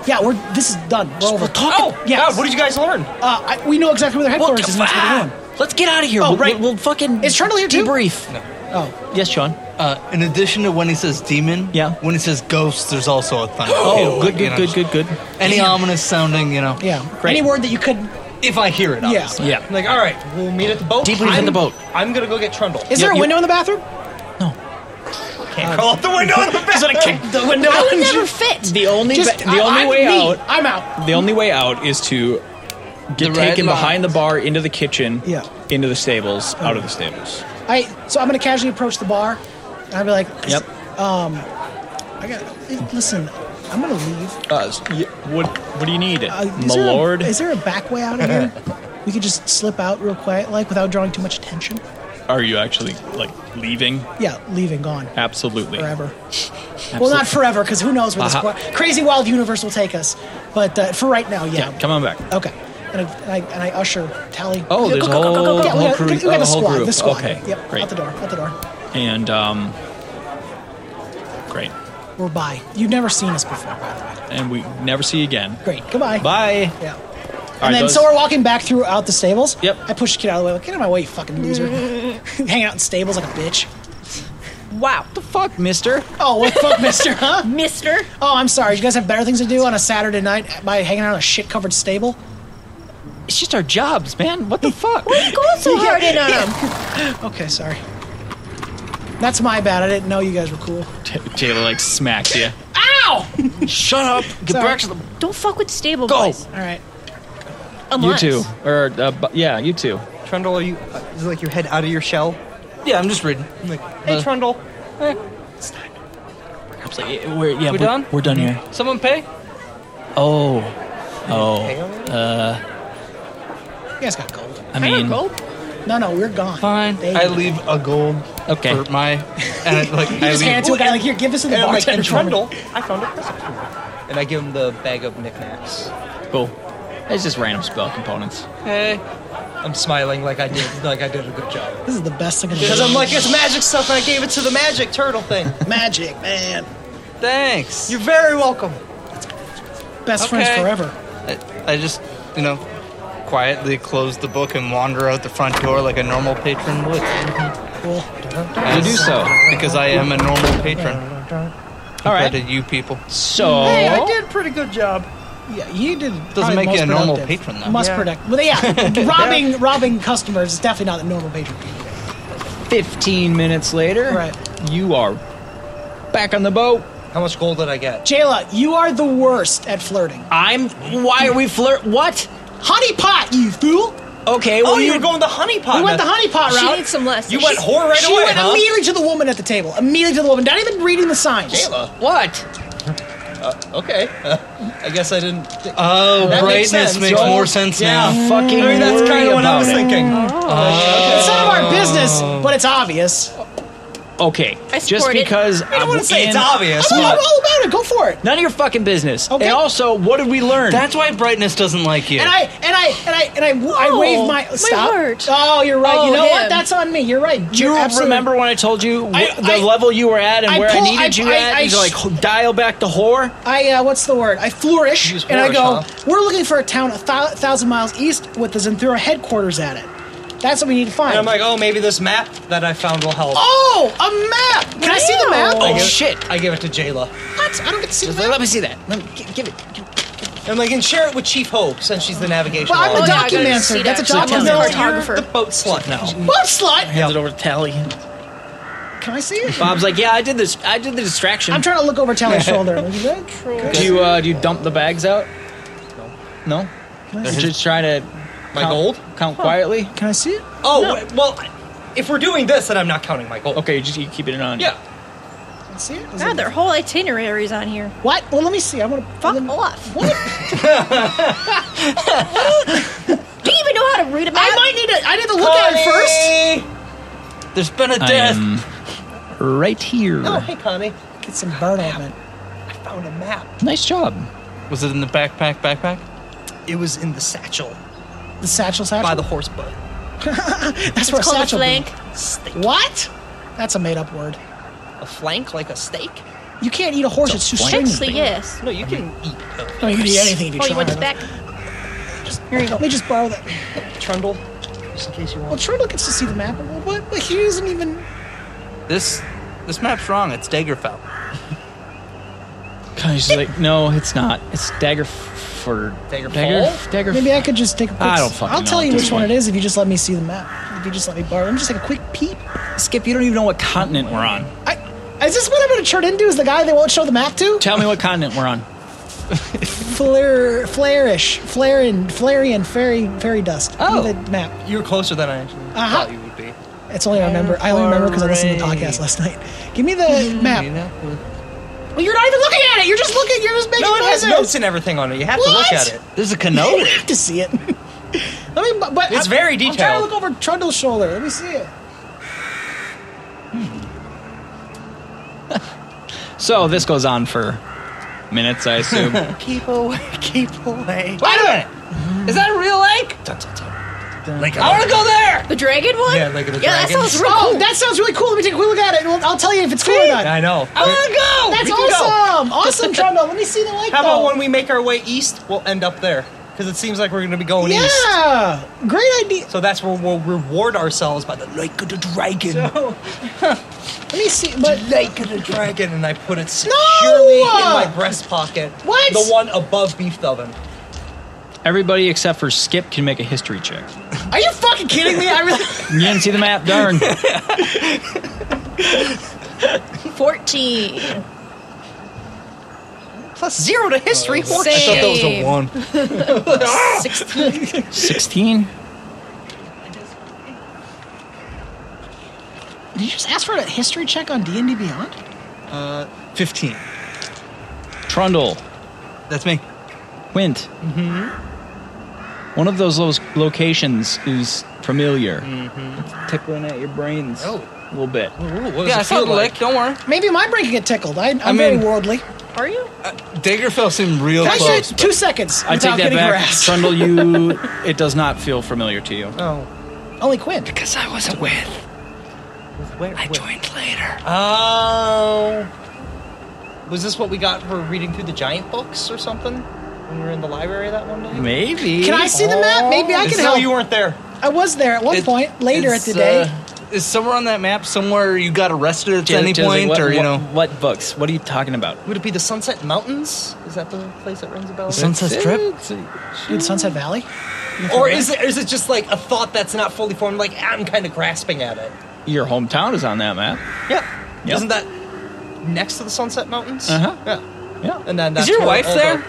B: yeah, we're this is done. We're over.
C: Oh,
B: yes.
C: God, what did you guys learn?
B: Uh, I, we know exactly where their
E: What
B: headquarters
E: the
B: is. and That's where they're
E: fuck?
B: going.
E: Let's get out of here.
B: Oh,
E: we'll,
B: right.
E: We'll, we'll fucking.
B: Is Trundle here too?
E: Debrief.
B: Oh,
E: Yes, Sean.
F: Uh, in addition to when he says demon,
E: Yeah.
F: when he says ghost, there's also a thunder.
E: Oh, good,
F: You
E: good,
F: know,
E: good, good, good.
F: Any ominous sounding, you know.
B: yeah.
E: Great.
B: Any word that you could.
F: If I hear it,
B: Yeah.
F: obviously.
E: Yeah.
C: I'm like, all right, we'll meet at the boat.
E: Debrief in
C: I'm-
E: the boat.
C: I'm gonna go get Trundle.
B: Is
E: Yeah,
B: there a
E: you-
B: window in the bathroom?
C: Can't crawl out the window in the back.
B: the window.
D: I would never fit.
A: The only,
B: Just,
A: ba-
B: I-
A: the only
B: I'm
A: way
B: me.
A: out
B: I'm out.
A: The only way out is to get
F: The red
A: taken
F: line.
A: behind the bar into the kitchen,
B: Yeah. Uh,
A: into the stables, out of the stables.
B: I so I'm gonna casually approach the bar. And I'll be like,
A: Yep.
B: I got. Listen, I'm gonna leave.
A: Uh, s- y- what What do you need,
B: Uh,
A: my
B: is there a-
A: lord?
B: is there a back way out of here? we could just slip out real quiet, like without drawing too much attention.
A: Are you actually like leaving?
B: Yeah, leaving, gone.
A: Absolutely.
B: forever. Well, not forever, because who knows where
A: Uh-huh.
B: this qu- crazy wild universe will take us. But uh, for right now, yeah.
A: Yeah, come on back.
B: Okay. And I, and I, and I usher Tally.
A: Oh, there's a
B: Go, go, go, go, go,
A: whole-
B: go.
A: whole
B: yeah, we got-
A: crew-
B: we got
A: a
B: the
A: whole
B: squad.
A: group.
B: The squad.
A: Okay,
B: Yep.
A: great.
B: Out the door. Out the door.
A: And um, great.
B: We're by. You've never seen us before, by the way.
A: And we never see you again.
B: Great. Goodbye.
A: Bye.
B: Yeah.
A: All
B: And
A: right,
B: then,
A: those-
B: so we're walking back throughout the stables.
A: Yep.
B: I push the kid out of the way. Like, Get out of my way, you fucking loser. Hanging out in stables like a bitch.
D: wow.
E: The fuck, mister?
B: Oh, what the fuck, mister, huh?
D: Mister.
B: Oh, I'm sorry. You guys have better things to do on a Saturday night by hanging out in a shit covered stable?
E: It's just our jobs, man. What the fuck?
D: Go so hard in um, on him.
B: Okay, sorry. That's my bad. I didn't know you guys were cool.
A: T- Taylor like smacks you.
G: Shut up. Get
B: Sorry.
G: back to the.
D: Don't fuck with stable
G: Go.
D: boys.
B: All right.
D: Unless.
A: You too, or uh, bu- yeah, you too.
C: Trundle, are you? Uh, is like your head out of your shell?
G: Yeah, I'm just reading.
C: I'm like, hey,
G: Uh,
C: Trundle,
E: It's like, yeah, we're, yeah,
G: We
E: we're
G: done?
E: We're done here.
G: Someone pay?
E: Oh,
A: Uh,
B: You guys got gold.
E: I mean,
B: No, no, we're gone.
F: Fine.
B: They-
F: I leave a gold
E: okay.
F: for my. And I, like,
B: You
F: I
B: just
F: leave-
B: hand it to a guy like, here, give this to the
C: and I'm like,
B: bartender.
C: and
B: for me."
C: Trundle, I found a present for you. And I give him the bag of knickknacks.
A: Cool. It's just random spell components.
G: Hey.
C: I'm smiling like I did, like I did a good job.
B: This is the best thing in the
C: Because
B: world.
C: I'm like, it's magic stuff, and I gave it to the magic turtle thing.
B: magic, man.
F: Thanks.
C: You're very welcome.
B: Best friends
F: Okay.
B: forever.
F: I, I just, you know, quietly close the book and wander out the front door like a normal patron would.
B: Cool.
A: You do so.
F: Because I am a normal patron.
A: All
F: compared
A: right.
F: to you people.
A: So
C: Hey, I did a pretty good job.
B: Yeah, you did.
F: Doesn't make you a normal patron, though.
B: Must
C: Yeah.
B: protect. Well, yeah, robbing robbing customers is definitely not a normal patron.
A: 15 minutes later,
B: Right.
A: you are back on the boat.
C: How much gold did I get?
B: Jayla, you are the worst at flirting.
E: I'm. Why are we flirt? What?
B: Honey pot, you fool!
E: Okay.
C: Oh,
E: Well,
C: you were going the honey pot.
B: We went the honey pot
D: She
B: route.
D: needs some lessons.
C: You went whore right
B: she
C: away,
B: went
C: huh?
B: immediately to the woman at the table. Immediately to the woman, not even reading the signs.
C: Jayla.
E: What?
C: uh, okay. I guess I didn't. Think.
F: Oh,
C: That
F: brightness
C: makes sense.
F: makes
C: Don't-
F: more sense
C: yeah,
F: now.
A: Fucking
C: I mean, that's kind
A: worry
C: of what I
A: about
C: was
A: it.
C: thinking.
B: It's none of our business,
A: Oh.
B: but it's obvious. I
A: Okay,
D: I
A: just
D: support it.
A: because
C: I don't want to say it's
A: uh, in-
C: obvious.
B: know
C: but-
B: all about it. Go for it.
A: None of your fucking business.
B: Okay.
A: And also, what did we learn?
F: That's why brightness doesn't like you.
B: And I and I and I and I, I
D: Oh,
B: wave my
D: my
B: stop.
D: heart.
B: Oh, you're right. you
D: Oh,
B: know what?
D: him.
B: That's on me. You're right.
A: Do you
B: You're absolutely-
A: remember when I told you wh-
B: I-
A: the
B: I-
A: level you were at and
B: I
A: where I
B: pull-
A: needed
B: I-
A: you
B: I-
A: at?
B: I
A: and you're like,
B: sh-
A: "Ho- dial back the whore?
B: I uh, what's the word? I flourish
C: Use
B: and I
C: flourish,
B: go.
C: huh?
B: We're looking for a town a thou- thousand miles east with the Zenthura headquarters at it. That's what we need to find.
C: And I'm like, oh, maybe this map that I found will help.
B: oh, a map. Can I see the map? Oh,
C: I give it-
A: shit.
C: I give it to Jayla.
B: What? I don't get to see the map.
A: Let me see that.
C: And like, and share it with Chief Hope since she's the navigation.
B: Well, I'm
C: officer.
B: a
D: Oh, yeah, I gotta
B: documancer.
D: see
B: That's a
D: that. I'm a
B: documancer.
D: cartographer.
C: the boat slut now.
B: What slut?
A: Hand it over to Tally.
B: Can I see it?
A: Bob's like, yeah, I did this. I did the distraction.
B: I'm trying to look over Tally's shoulder. Is that true?
A: do you uh, do you dump the bags out? No. No. Just try to
C: My
A: count-
C: gold?
A: count quietly.
B: Can I see it?
C: Oh wait, well, if we're doing this, then I'm not counting my gold.
A: Okay, you just you keep it on.
C: Yeah.
B: Can I see it? Is
D: God,
B: it?
D: their whole itineraries on here.
B: What? Well, let me see. I want to.
D: Fuck off. What? Do you even know how to read a map?
B: I might need to. I need to look at it first.
F: There's been a
A: I
F: death.
A: am right here.
C: Oh, hey, Connie.
B: Get some burn on it.
C: I found a map.
A: Nice job.
F: Was it in the backpack? Backpack?
C: It was in the satchel
B: The satchel satchel.
C: by the horse butt.
B: That's where
D: it's
B: a
D: called a
B: satchel.
D: flank.
C: Steak.
B: be. What? That's a made up word.
C: A flank like a steak?
B: You can't eat a horse. It's, too
D: Actually,
B: stringy.
D: yes.
C: No, you can eat a
B: No, you can eat anything if you
D: Oh,
B: try.
D: you went to
B: though.
D: the back. Here you go.
B: Let me just borrow that.
C: trundle, just in case you
B: Well,
C: want.
B: Trundle gets to see the map. But what? But he doesn't even.
F: This this map's wrong. It's Daggerfell.
A: Kind of just like, no, it's not. It's dagger for
C: Dagger
A: dagger
C: fall?
A: dagger.
B: Maybe I could just take a quick.
A: I don't fucking
B: I'll
A: know
B: tell
A: at
B: you
A: this
B: which one
A: point.
B: it is if you just let me see the map. If you just let me borrow, I'm just like a quick peep.
A: Skip. You don't even know what continent we're on.
B: I, is this what I'm going to turn into? Is the guy they won't show the map to?
A: Tell me what continent we're on.
B: Flare, flareish, flarin, flarian, fairy, fairy dust.
A: Oh.
B: Give me the map.
C: You were closer than I actually
B: Uh-huh.
C: thought you would be.
B: It's only I remember. I only remember because I listened to the
F: Alright.
B: podcast last night. Give me the
F: You
B: map.
F: know?
B: Well, you're not even looking at it. You're just looking. You're just making
C: No, it has
B: noises.
C: notes and everything on it. Oh, You have
B: What?
C: to look at it.
F: There's a
B: I
F: canoe.
B: have to see it. Let me. But, but
C: It's
B: I'm-
C: very
B: I'm trying to
C: detailed.
B: look over Trundle's shoulder. Let me see it.
A: So this goes on for minutes, I assume.
C: Keep away, keep away.
F: Wait a minute. Is that a real lake?
C: Like
F: I want to go there.
D: The dragon one?
C: Yeah, like the
D: Yeah, that
C: dragon.
D: sounds real
B: Oh,
D: cool.
B: that sounds really cool. Let me take a quick look at it, and I'll, I'll tell you if it's cool or not.
C: I know.
F: I want to go.
B: That's
F: We can go.
B: awesome. Awesome, Trundle. Let me see the lake.
C: How
B: though.
C: about when we make our way east, we'll end up there? Because it seems like we're going to be going east.
B: Yeah, great idea.
C: So that's where we'll reward ourselves by the Lake of the Dragon.
B: Let me see. But
C: Lake of the Dragon, and I put it securely in my breast pocket.
B: What?
C: The one above beef oven.
A: Everybody except for Skip can make a history check.
B: are you fucking kidding me? I really.
A: You didn't see the map, darn.
D: 14.
C: Plus zero to history.
D: Oh, I thought that was a Same.
C: one.
D: 16.
A: Sixteen.
B: Did you just ask for a history check on D and D Beyond?
F: Fifteen.
A: Trundle.
F: That's me.
A: Wint. Mm-hmm. One of those lo- locations is familiar. It's tickling at your brains
C: Oh.
A: a little bit.
F: yeah, I saw the lake. Don't worry.
B: Maybe my brain can get tickled. I, I'm
F: I
B: very
F: mean-
B: worldly.
D: Are you?
F: Daggerfell seemed real
B: Can I
F: close.
B: get two seconds
A: I
B: without
A: take that
B: getting
A: back,
B: harassed?
A: Trundle. You. It does not feel familiar to you.
C: Oh.
B: Only Quinn.
F: Because I wasn't with.
C: Where, where-
F: joined later.
C: Oh. Was this what we got for reading through the giant books or something? When we were in the library that one day?
A: Maybe.
B: Can I see the map? Maybe I
C: Oh, It's
B: can
C: how
B: help.
C: you weren't there.
B: I was there at one
F: It-
B: point later at
F: it's,
B: the day.
F: uh, is somewhere on that map somewhere you got arrested at
A: Just-
F: any
A: just like,
F: point,
A: what-
F: or you
A: what-
F: know?
A: what books? What are you talking about?
C: Would it be the Sunset Mountains? Is that the place that rings a bell?
F: Sunset Strip?
B: Dude, Sunset Valley.
C: Or is it, is it just like a thought that's not fully formed? Like, I'm kind of grasping at it.
A: Your hometown is on that map.
C: Yeah.
A: Yeah.
C: Isn't that next to the Sunset Mountains?
A: Uh-huh.
C: Yeah.
A: Yeah.
C: And then that's
F: your
C: where
F: wife
C: all
F: there?
C: the-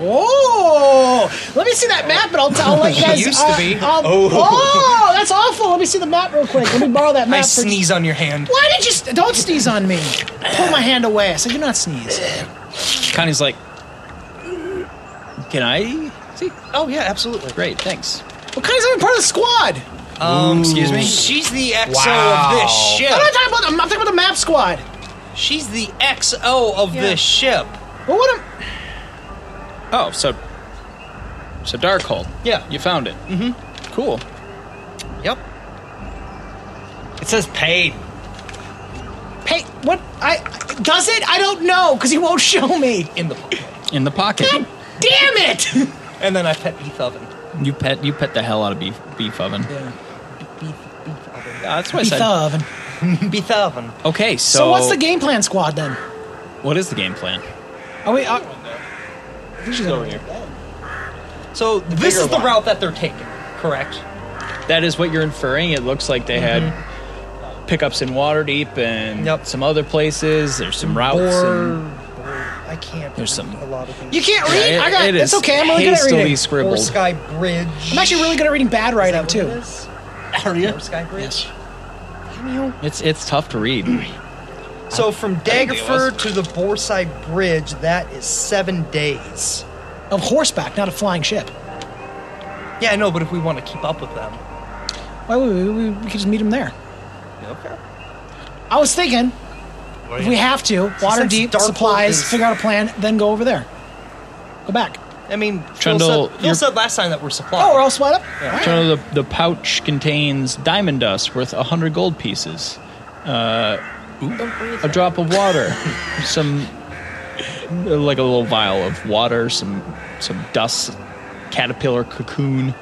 B: Oh, let me see that map, and I'll, t- I'll let you guys.
C: Used to be.
B: I'll-
F: Oh.
B: oh, that's awful. Let me see the map real quick. Let me borrow that map.
C: I
B: for-
C: sneeze on your hand.
B: Why did you? St- don't sneeze on me. Pull my hand away. I said, "You're not sneeze."
A: Connie's like, can I?
C: See? Oh yeah, absolutely.
A: Great, thanks.
B: Well, Connie's not even part of the squad.
C: Um, excuse me. She's the XO
F: Wow.
C: of this ship.
B: I'm not talking about. I'm not talking about the map squad.
C: She's the XO of
D: Yeah.
C: this ship.
B: Well, what? Am-
A: Oh, so so Darkhold.
C: Yeah.
A: you found it. Mm-hmm. Cool.
C: Yep.
F: It says paid.
B: hey, what? I does it? I don't know because he won't show me.
C: In the.
A: In the pocket.
B: God damn it!
C: And then I pet beef oven.
A: You pet you pet the hell out of beef beef oven.
B: Yeah.
C: Beef, beef oven.
A: that's what I
B: Beef
A: said.
B: oven.
C: Beef oven.
A: Okay, so
B: So, what's the game plan, squad? Then
A: What is the game plan?
B: are we? Uh,
C: So this
A: bigger
C: is the
A: one.
C: route that they're taking, correct?
A: That is what you're inferring. It looks like they had pickups in Waterdeep and
C: Yep.
A: some other places. There's some routes. and
C: I can't.
A: There's some-
C: a lot of things.
B: you can't read.
A: Yeah,
B: I got.
A: it
B: It's
A: is
B: okay. I'm really good at
A: hastily
B: reading.
C: Or
A: scribbled.
C: Sky Bridge.
B: I'm actually really good at reading bad write up too.
C: Are you? Sky Bridge.
A: It's it's tough to read.
C: So from
G: think it was.
C: Daggerford to the Borside Bridge, that is seven days.
B: Of horseback, not a flying ship.
C: Yeah, I know, but if we want to keep up with them,
B: Why would we, we, we could just meet him there?
C: okay.
B: I was thinking, if we have to, water
C: since
B: deep
C: Dark
B: supplies,
C: Hole is-
B: figure out a plan, then go over there. Go back.
C: I mean,
A: Trundle,
C: Phil, said,
A: you're-
C: Phil said last time that we're supplied.
B: Oh, we're all split up.
A: So the, the pouch contains diamond dust worth 100 gold pieces, uh, a drop of water, some like a little vial of water, some some dust caterpillar cocoon,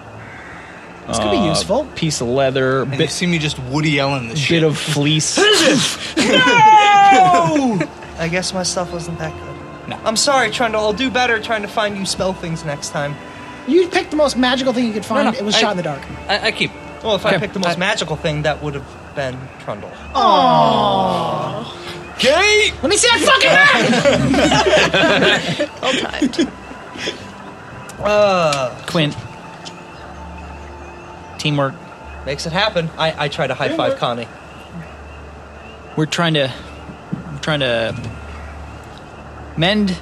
B: This could be
E: Uh,
B: useful.
A: piece of leather,
F: And you
A: bit,
F: see me just Woody Allen this shit.
A: bit of fleece.
C: I guess my stuff wasn't that good. No. I'm sorry, Trundle. I'll do better trying to find you spell things next time.
B: You picked the most magical thing you could find.
G: No, no,
B: it was
G: I-
B: shot in the dark.
G: I, I keep.
C: Well, if I
A: Okay.
C: picked the most magical thing, that would have been Trundle.
F: Gay!
B: Let me see that fucking map.
D: Well timed.
A: Quint, teamwork.
C: Makes it happen. I, I try to high five Connie.
A: We're trying to we're trying to mend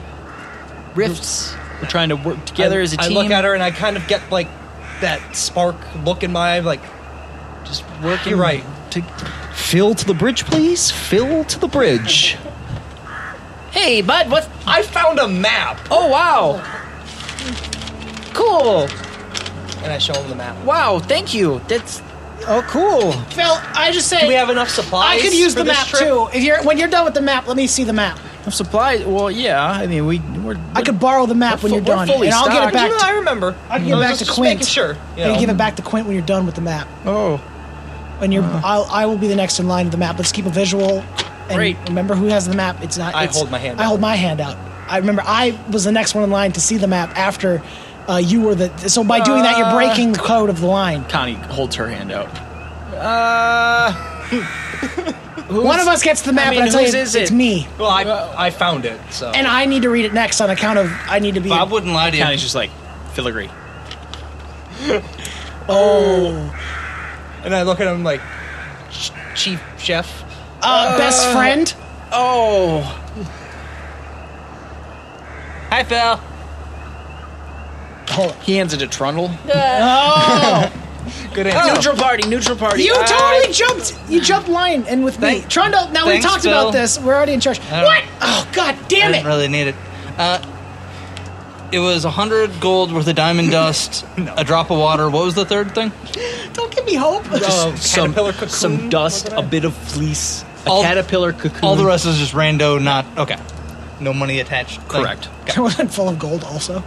A: rifts. We're trying to work together
C: I,
A: as a
C: I
A: team.
C: look at her and I kind of get like that spark look in my eye, like
A: just working.
C: You're right.
A: To,
C: Fill to the bridge, please. Fill to the bridge.
E: Hey, bud, what?
C: I found a map,
E: Oh, wow. Cool.
C: and I show him the map.
E: Wow, thank you. That's. Oh, cool.
B: Phil, I just say
C: Do we have enough supplies?
B: I could use
C: for
B: the
C: this
B: map
C: trip?
B: too. If you're when you're done with the map, let me see the map.
E: Supplies. Well, yeah. I mean, we we're.
B: I could borrow the map when
E: fu-
B: you're
E: we're
B: done,
E: fully
B: and I'll get it
E: stocked.
B: back.
C: No,
B: To,
C: I remember.
B: I can
C: I
B: get
C: was
B: back
C: just-
B: to
C: just
B: Quint.
C: making sure.
B: I
C: you
B: can give
C: know.
B: it back to Quint when you're done with the map.
E: Oh,
B: And you're, I'll, I will be the next in line with the map. Let's keep a visual. And
A: Great.
B: Remember who has the map. It's not.
C: I
B: it's-
C: hold my hand
B: I
C: out.
B: hold my hand out. I remember I was the next one in line to see the map after uh, you were the. So by doing that, you're breaking the code of the line.
A: Connie holds her hand out.
B: One of us gets the map,
A: I mean,
B: and I tell
A: whose
B: you,
A: is
B: it's
A: it?
B: me.
C: Well, I, I found it. So
B: And I need to read it next on account of I need to be.
F: Bob wouldn't lie to you.
A: Connie's just like filigree.
C: and I look at him like, "Ch- Chief Chef.
B: uh, best friend.
E: oh. Hi, Phil.
B: Hold on.
E: He hands it to Trundle.
D: Uh,
C: Good answer.
E: Neutral party. Neutral party.
B: You
E: Ah,
B: totally jumped. You jumped line and with me,
F: Thank-
B: Trundle. Now
F: thanks,
B: we talked
F: Bill.
B: about this. We're already in charge.
F: don't-
B: What? Oh God,
F: I
B: damn it!
F: didn't really need it. Uh, it was 100 gold worth of diamond dust, a drop of water. What was the third thing?
B: Don't give me hope.
C: Oh,
A: Some
C: caterpillar cocoon.
A: some dust, a bit of fleece, a
F: All-
A: caterpillar cocoon.
F: All the rest is just rando, not. Okay. No money attached. thing.
A: Correct.
B: Wasn't full of gold also.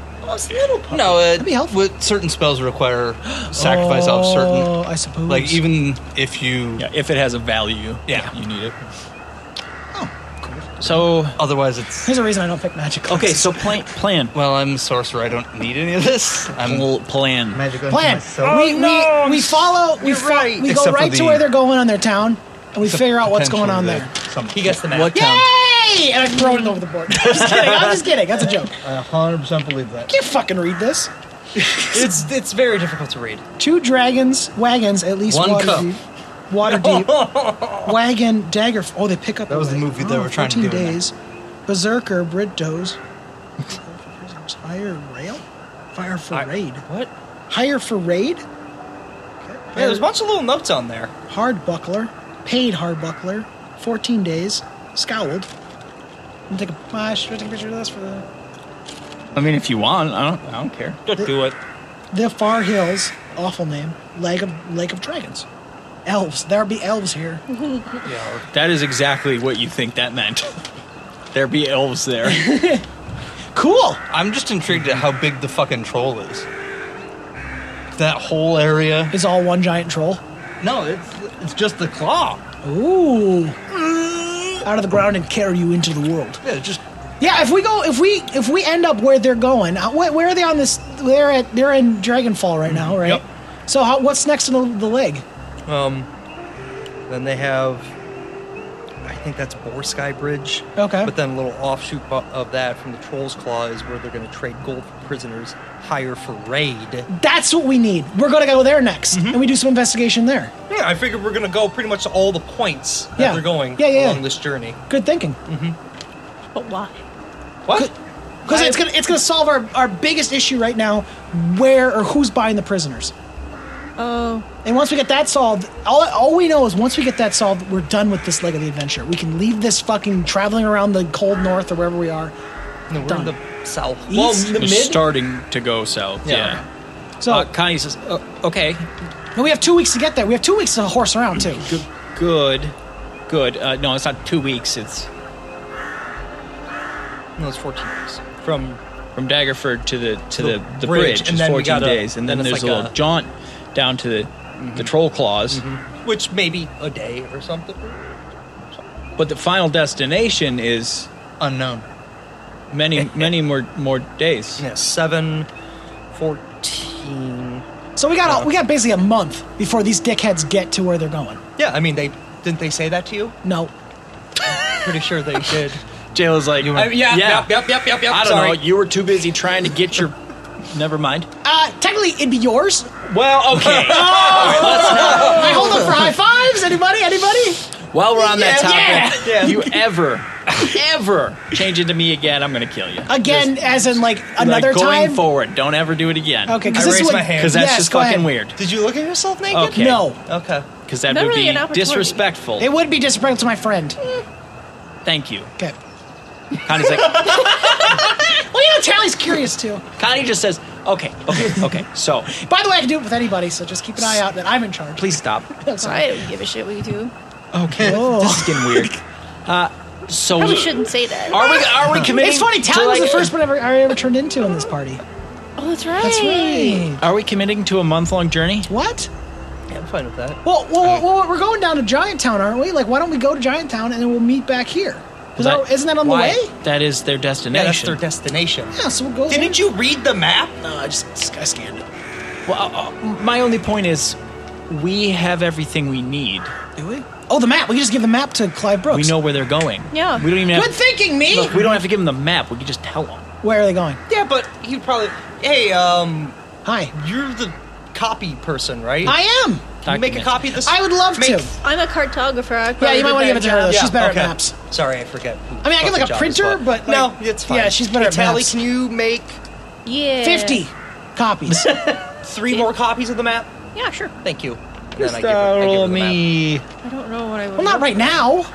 F: No, uh, it,
B: be helpful.
F: with- certain spells require sacrifice of
B: Oh,
F: certain.
B: I suppose.
F: Like, even if you.
A: Yeah, if it has a value,
F: Yeah.
A: you need it. So
F: Otherwise, it's.
B: Here's a reason I don't pick magic.
A: okay,
B: cards.
A: so plan plan
F: Well, I'm a sorcerer. I don't need any of this. I'm
A: Pl- plan.
H: Magical
B: plan.
F: Oh,
B: we, we we follow. We fo-
C: right.
B: We go
F: Except for
B: right to
F: the-
B: where they're going on their town, and we figure out what's going
F: potentially
B: on
F: the-
B: there.
F: some-
C: he gets the map.
F: What
B: Yay!
F: town?
B: Hey! And I throw it over the board. I'm just kidding. I'm just kidding. That's a joke. I
H: I 100% believe that.
B: can't fucking read this.
C: It's it's very difficult to read.
B: Two dragons, wagons, at least
F: One
B: water
F: cup.
B: deep. Water deep. Wagon, dagger. Oh, they pick up.
F: That was the
B: away.
F: movie they
B: Oh,
F: were trying to
B: 14
F: do in that.
B: days. Berserker, Britos. Hire rail? Fire for raid.
C: What?
B: Hire for raid?
C: Yeah, there's a bunch of little notes on there.
B: Hard buckler, paid hard buckler, 14 days, scowled. I'm gonna take a, uh, should I take a picture of this for the.
A: I mean, if you want, I don't. I don't care.
G: do it.
B: The Far Hills, awful name, Lake of, Lake of Dragons. Elves, there be elves here.
A: That is exactly what you think that meant. there be elves there.
B: Cool!
F: I'm just intrigued at how big the fucking troll is. That whole area.
B: It's all one giant troll.
F: No, it's it's just the claw.
B: Ooh. Out of the ground and carry you into the world.
F: Yeah, it's just
B: Yeah, if we go, if we if we end up where they're going, uh, where, where are they on this? They're at they're in Dragonfall right now, right?
F: Yep.
B: So how, what's next in the, the leg?
C: Um, then they have, I think that's Boar Sky Bridge.
B: Okay.
C: But then a little offshoot bu- of that from the Troll's Claw is where they're going to trade gold for prisoners, hire for raid. Yeah,
B: That's what we need. We're gonna go there next, and we do some investigation there.
C: I figured we're going to go pretty much to all the points that
B: Yeah.
C: they're going
B: Yeah, yeah,
C: along
B: yeah.
C: this journey.
B: Good thinking,
D: But why?
C: What?
B: because it's gonna it's gonna solve our our biggest issue right now: where or who's buying the prisoners.
D: Oh,
B: And once we get that solved, all, all we know is once we get that solved, we're done with this leg of the adventure. We can leave this fucking traveling around the cold north or wherever we are.
C: No, we're
B: Done.
C: in the south.
B: Well, East? the Oh.
A: They're starting to go south. Yeah.
B: So
A: Uh, Connie says, uh, "Okay,
B: and we have two weeks to get there. We have two weeks to horse around too.
A: good, good, good. Uh, no, it's not two weeks. It's
C: no, it's 14 days.
A: from from Daggerford to the to the, the, bridge.
C: bridge, and
A: is
C: then we
A: 14
C: gotta-
A: days, and then,
C: then it's
A: there's a
C: like
A: little
C: a-
A: jaunt down to the the troll claws.
C: Which maybe a day or something.
A: But the final destination is
F: unknown.
A: many many more more days.
C: Yeah, 7, 14.
B: So we got a, we got basically a month before these dickheads get to where they're going.
C: Yeah, I mean, they didn't they say that to you?
B: No,
C: Pretty sure they did.
A: Jayla's like,
C: I- yeah, yep, yep, yep, yep, yep.
A: I don't
C: sorry.
A: know. You were too busy trying to get your. Never mind.
B: uh, technically it'd be yours.
A: Well, okay.
B: I hold up for high fives. Anybody? Anybody?
A: While we're on that
B: Yeah.
A: topic, you ever, ever change it to me again, I'm going to kill you.
B: Again, as in like
A: Like,
B: another
A: going
B: time.
A: forward, don't ever do it again.
B: Okay,
C: I
B: because this
C: raise
B: would
C: my hand.
A: Because that's
B: yes,
A: just
B: go
A: fucking
B: ahead.
A: weird.
C: Did you look at yourself naked?
A: Okay.
B: No,
C: Okay.
A: Because that
D: Not
A: would
D: really an
A: be
D: opportunity.
A: disrespectful.
B: it would be disrespectful to my friend.
A: Thank you.
B: Okay.
A: Connie's like,
B: Well, you know, Tally's curious too.
A: Connie just says, okay, okay, okay. So
B: By the way, I can do it with anybody, so just keep an eye out that I'm in charge.
A: please stop.
D: so I don't give a shit what you do.
B: Oh.
A: It's getting weird. Uh, so
D: Probably shouldn't say that.
A: are we are we committing?
B: It's funny,
A: to,
B: Talon was
A: like-
B: the first one ever, I ever turned into in this party.
D: Oh, that's right.
B: That's right.
A: Are we committing to a month long journey?
B: What?
C: Yeah, I'm fine with that.
B: Well, well, well, well, we're going down to Giant Town, aren't we? Like, why don't we go to Giant Town and then we'll meet back here? Is
A: That-
B: that, isn't that on
A: Why?
B: the way?
A: That is their
C: Yeah, that's
A: destination.
C: their destination.
B: Yeah, so we'll go.
C: Didn't you read the map?
B: No, I just I scanned it.
A: well, uh, uh, my only point is, we have everything we need.
B: Do we? Oh, the map. We can just give the map to Clive
A: We
B: Brooks.
A: know where they're going.
D: Yeah.
A: We don't even have.
B: Good thinking, me.
A: Look, we don't have to give them the map. We can just tell them.
B: Where are they going?
C: Yeah, but he'd probably. Hey, um,
B: Hi.
C: you're the copy person, right?
B: I am.
C: Can you make a
A: Document.
C: copy of this.
B: I would love
C: Make-
B: to.
D: I'm a cartographer. I
B: Yeah,
D: probably
B: you might
D: do
B: want to
D: a
B: give it to her
D: better
B: though.
D: job.
B: She's better
C: okay.
B: at maps.
C: Sorry, I forget. who
B: I mean, I get
C: fucking
B: like a
C: job
B: printer,
C: this was.
B: but
C: no,
B: like-
C: it's fine.
B: Yeah, she's better
C: Hey,
B: at
C: Tally,
B: maps.
C: can you make
D: Yeah.
B: Fifty copies.
C: three more copies of the map?
D: Yeah, sure.
C: Thank you. And then I give her, I give her the map.
D: I don't know what I would.
B: well, not
D: do.
B: right now.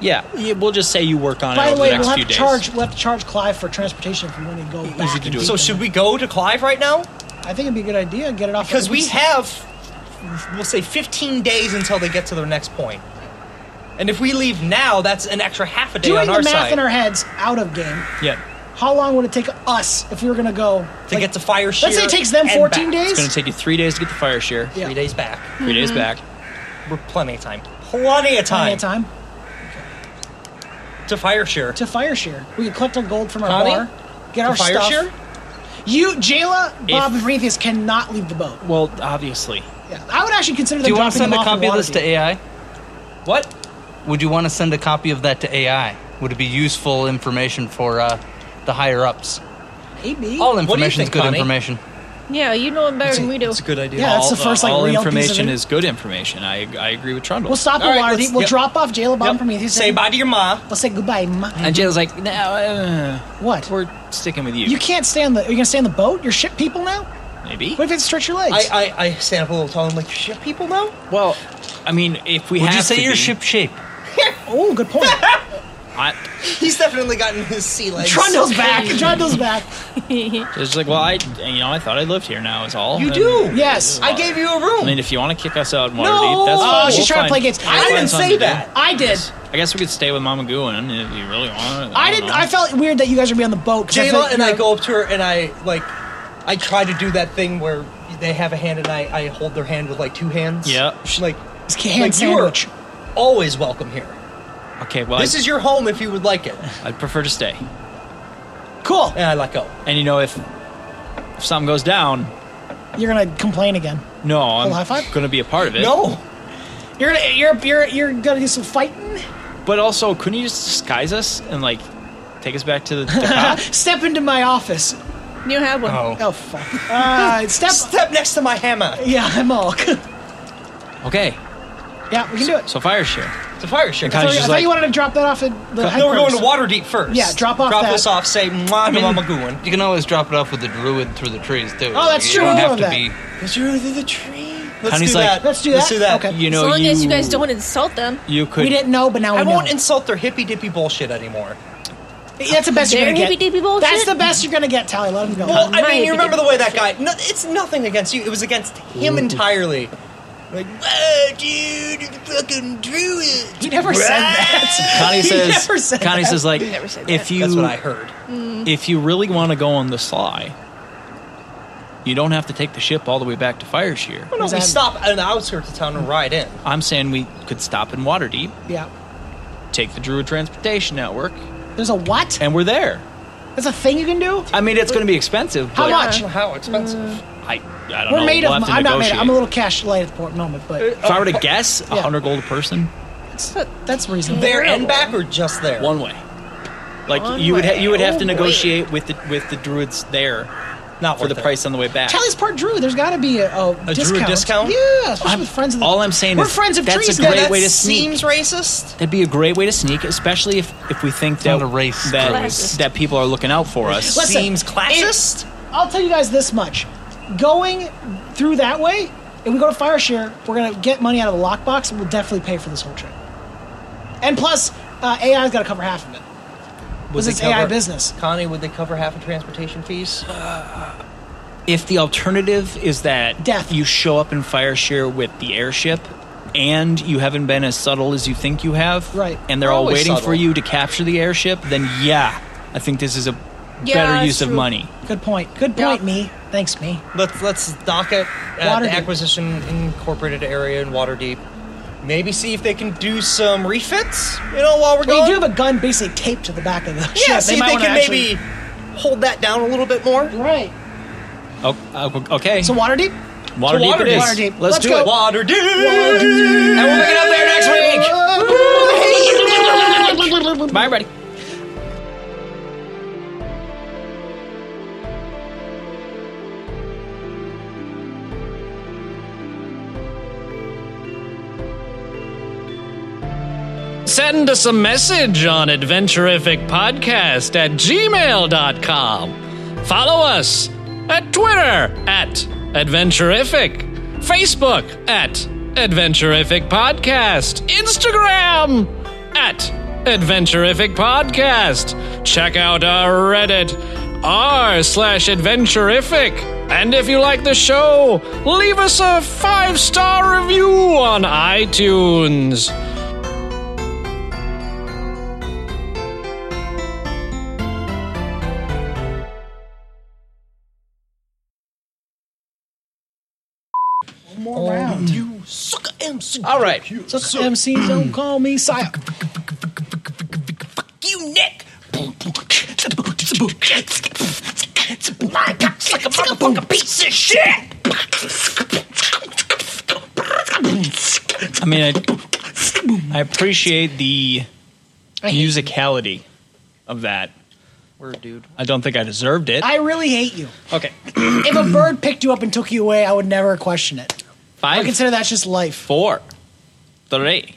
A: Yeah. yeah, we'll just say you work on it
B: By
A: over
B: the way,
A: the next
B: we'll have
A: few
B: to
A: days.
B: charge. We'll have to charge Clive for transportation if we want to go back.
A: to
B: and
A: do.
B: beat
C: So
B: them.
C: should we go to Clive right now?
B: I think it'd be a good idea. Get it off
C: Because we
B: have.
C: have, we'll say, 15 days until they get to their next point. And if we leave now, that's an extra half a day
B: doing
C: on
B: the
C: our
B: math
C: side
B: in our heads out of game.
A: Yeah.
B: How long would it take us if we were gonna go
C: to get to fire shear.
B: Let's say it takes them
C: and
B: 14
C: back.
B: days.
A: It's going to take you three days to get the fire share.
B: Yeah.
C: Three days back.
A: 3
B: Mm-hmm.
A: days back.
C: We're plenty of time. Plenty
B: plenty
C: of time,
B: of time
C: to fire shear.
B: to fire share. We could collect our gold from our
C: Connie?
B: bar, get
C: To
B: our
C: fire
B: stuff.
C: shear?
B: You, Jayla, Bob,
A: If-
B: and Prometheus cannot leave the boat.
A: Well, obviously.
B: Yeah, I would actually consider them
F: Do you want to
B: dropping
F: send a
B: them off in
F: copy of this
B: Waterdeep.
F: to AI?
C: What?
F: Would you want to send a copy of that to AI? Would it be useful information for uh, the higher ups?
B: Maybe.
F: All
C: do you
F: information is
C: think,
F: good
C: Connie?
F: information.
D: Yeah, you know it better than we do.
C: It's a good idea.
B: Yeah, that's
A: all,
B: the first, like,
A: all
B: real piece of
A: information
B: it.
A: is good information. I I agree with Trundle.
B: We'll stop
C: All
B: at
C: right,
B: Waterdeep.
C: let's-
B: we'll
C: yep.
B: drop off Jail Bomb
A: Yep.
B: from Prometheus.
C: Say
B: and
C: bye to your ma.
B: We'll say goodbye, Ma.
A: and Jayla's like, no, uh,
B: What?
A: we're sticking with you.
B: You can't stay on the. Are you gonna stay on the boat? You're ship people now.
A: maybe.
B: What if it stretch your legs?
C: I, I, I stand up a little tall. I'm like, shit, people know?
A: Well, I mean, if we
F: Would
A: have
F: you say
A: to
F: you're
A: be-
F: ship shape?
B: oh, good point.
A: I,
C: He's definitely gotten his sea legs.
B: Trundle's back. Trundle's back.
A: it's like, well, I you know I thought I lived here now. Is all
C: You
A: I
C: do.
A: mean,
B: Yes.
C: I gave you a room.
A: I mean, if you want to kick us out in Waterdeep,
C: No!
A: that's
C: Oh,
A: fine.
B: she's
A: We'll
B: trying to
A: find-
B: play against-
A: we'll
B: I
A: find
B: didn't
A: something
C: say
A: to do.
C: that.
B: I did.
A: I guess we could stay with Mama Gouin if you really want.
B: I didn't.
A: know.
B: I felt weird that you guys were be on the boat. 'cause I
C: Jayla
B: felt
C: and I
B: you're-
C: go up to her and I like, I try to do that thing where they have a hand and I, I hold their hand with like two hands.
A: Yeah.
C: She's like,
B: It's hand
C: like you are
B: sandwich.
C: always welcome here.
A: Okay, well,
C: This
A: I,
C: is your home if you would like it.
A: I'd prefer to stay.
B: Cool.
C: And I let go.
A: And you know, if if something goes down,
B: You're gonna complain again.
A: no, I'm
B: Full high five?
A: going to be a part of it.
C: No.
B: You're gonna. You're. You're. You're gonna do some fighting.
A: but also, couldn't you just disguise us and like take us back to the, the cop?
B: Step into my office.
D: You have one.
B: Oh fuck. Uh, step.
C: Step next to my hammer.
B: Yeah, I'm all.
A: okay,
B: yeah, we can do it.
A: so fire share.
C: It's a fire ship.
B: I,
A: Kinda
B: thought, I
A: just
B: thought
A: like-
B: you wanted to drop that off at the.
C: No, we're going
B: headquarters.
C: to Waterdeep first.
B: Yeah, drop off
C: Drop
B: that.
C: us off. Say, "Mwah, to Mama Gooin."
F: You can always drop it off with the druid through the trees, too.
B: Oh, that's
F: you
B: true,
F: don't
B: I
F: have
B: love
F: to
B: that.
F: be.
C: Let's do it through the tree. Let's
A: Connie's
C: do
A: like,
C: that.
B: "Let's do
C: Let's
B: that?"
C: do that.
B: Okay.
A: You
D: As
A: know,
D: long
A: you,
D: as you guys don't insult them.
A: you could.
B: We didn't know, but now we
C: I won't
B: know.
C: insult their hippy dippy bullshit anymore.
B: That's the best you're
D: Their
B: gonna get.
D: hippy-dippy bullshit?
B: That's the best you're gonna get, Tally. Let him go.
C: Well, I
D: my
C: mean, you remember the
D: hippy-dippy
C: way that guy. No, it's nothing against you. It was against him entirely. Like, whoa, dude, you fucking druid.
B: he never said that.
A: Connie
B: He
A: says.
B: never said
A: Connie
B: that.
A: says like,
D: He never said that.
A: if you
C: That's what I heard.
A: if you really want to go on the sly, you don't have to take the ship all the way back to Fireshear.
C: Why don't we
B: Exactly.
C: stop at the outskirts of town and ride in?
A: I'm saying we could stop in Waterdeep,
B: Yeah.
A: take the Druid Transportation Network,
B: There's a what?
A: and we're there.
B: That's a thing you can do.
A: I mean, it's going to be expensive,
B: How
A: but
B: much?
C: How expensive.
A: I, I don't
B: We're
A: know.
B: made
A: we'll
B: of.
A: have to
B: I'm not made.
A: negotiate. Uh,
B: Of, I'm a little cash light at the port moment, but
A: If I were to guess, a
B: Yeah.
A: 100 gold a person,
B: it's, that's reasonable.
C: there and back, or just there?
A: one way. Like
D: One
A: you would, ha-
D: way.
A: you would have
D: Oh,
A: to negotiate with the with the druids there
C: not
A: for
C: worth
A: the
C: it.
A: price on the way back.
B: Tally's part Drew. There's got to be a, a,
C: Druid
B: discount.
C: discount?
B: Yeah, especially with friends. Of the,
A: all I'm saying
B: we're
A: is
B: friends of
A: that's a
B: trees.
A: great
B: now.
C: That
A: way to
C: seems racist.
A: That'd be a great way to sneak, especially if, if we think that
F: not a race,
A: that,
D: Druids.
A: that people are looking out for us.
B: Listen,
C: seems classist.
B: I'll tell you guys this much: going through that way, if we go to Fireshare, we're gonna get money out of the lockbox, and we'll definitely pay for this whole trip. And plus, uh, AI's got to cover half of it. Was
C: they
B: it's AI
C: cover-
B: business?
C: Connie, would they cover half of transportation fees?
A: if the alternative is that
B: Death.
A: you show up in Fireshare with the airship and you haven't been as subtle as you think you have,
B: Right.
A: And they're
C: We're
A: all
C: always
A: waiting for
C: subtle.
A: you to capture the airship, then yeah, I think this is a
D: Yeah,
A: better
D: that's
A: use of
D: true.
A: money.
B: Good point. Good
D: Yeah.
B: point, me. Thanks, me.
C: Let's let's dock it at
B: Waterdeep.
C: the acquisition incorporated area in Waterdeep. Maybe see if they can do some refits. You know, while we're
B: Well,
C: going.
B: you do have a gun basically taped to the back of the ship.
C: yeah, see if they
B: might
C: can
B: wanna actually-
C: maybe hold that down a little bit more.
B: Right.
A: Oh, uh, okay,
B: So Waterdeep.
A: water deep
C: Waterdeep.
A: it is.
B: Waterdeep.
A: Let's,
B: Let's
A: do
B: go.
A: it.
C: Waterdeep, and we'll pick it up there next week.
A: Bye, everybody.
H: Send us a message on adventurificpodcast at gmail.com. Follow us at Twitter at Adventurific, Facebook at Adventurific Podcast, Instagram at Adventurific Podcast. Check out our Reddit r slash adventurific. And if you like the show, leave us a five star review on iTunes.
B: More round.
C: You suck, MC.
A: All right.
B: So, MCs don't call me sire.
C: You Nick.
I: Like a motherfucking piece of shit!
A: I mean, I, I appreciate the musicality of that.
C: Word, dude.
A: I don't think I deserved it.
B: I really hate you.
A: okay.
B: if a bird picked you up and took you away, I would never question it. I
A: Five,
B: consider that's just life.
A: four, three,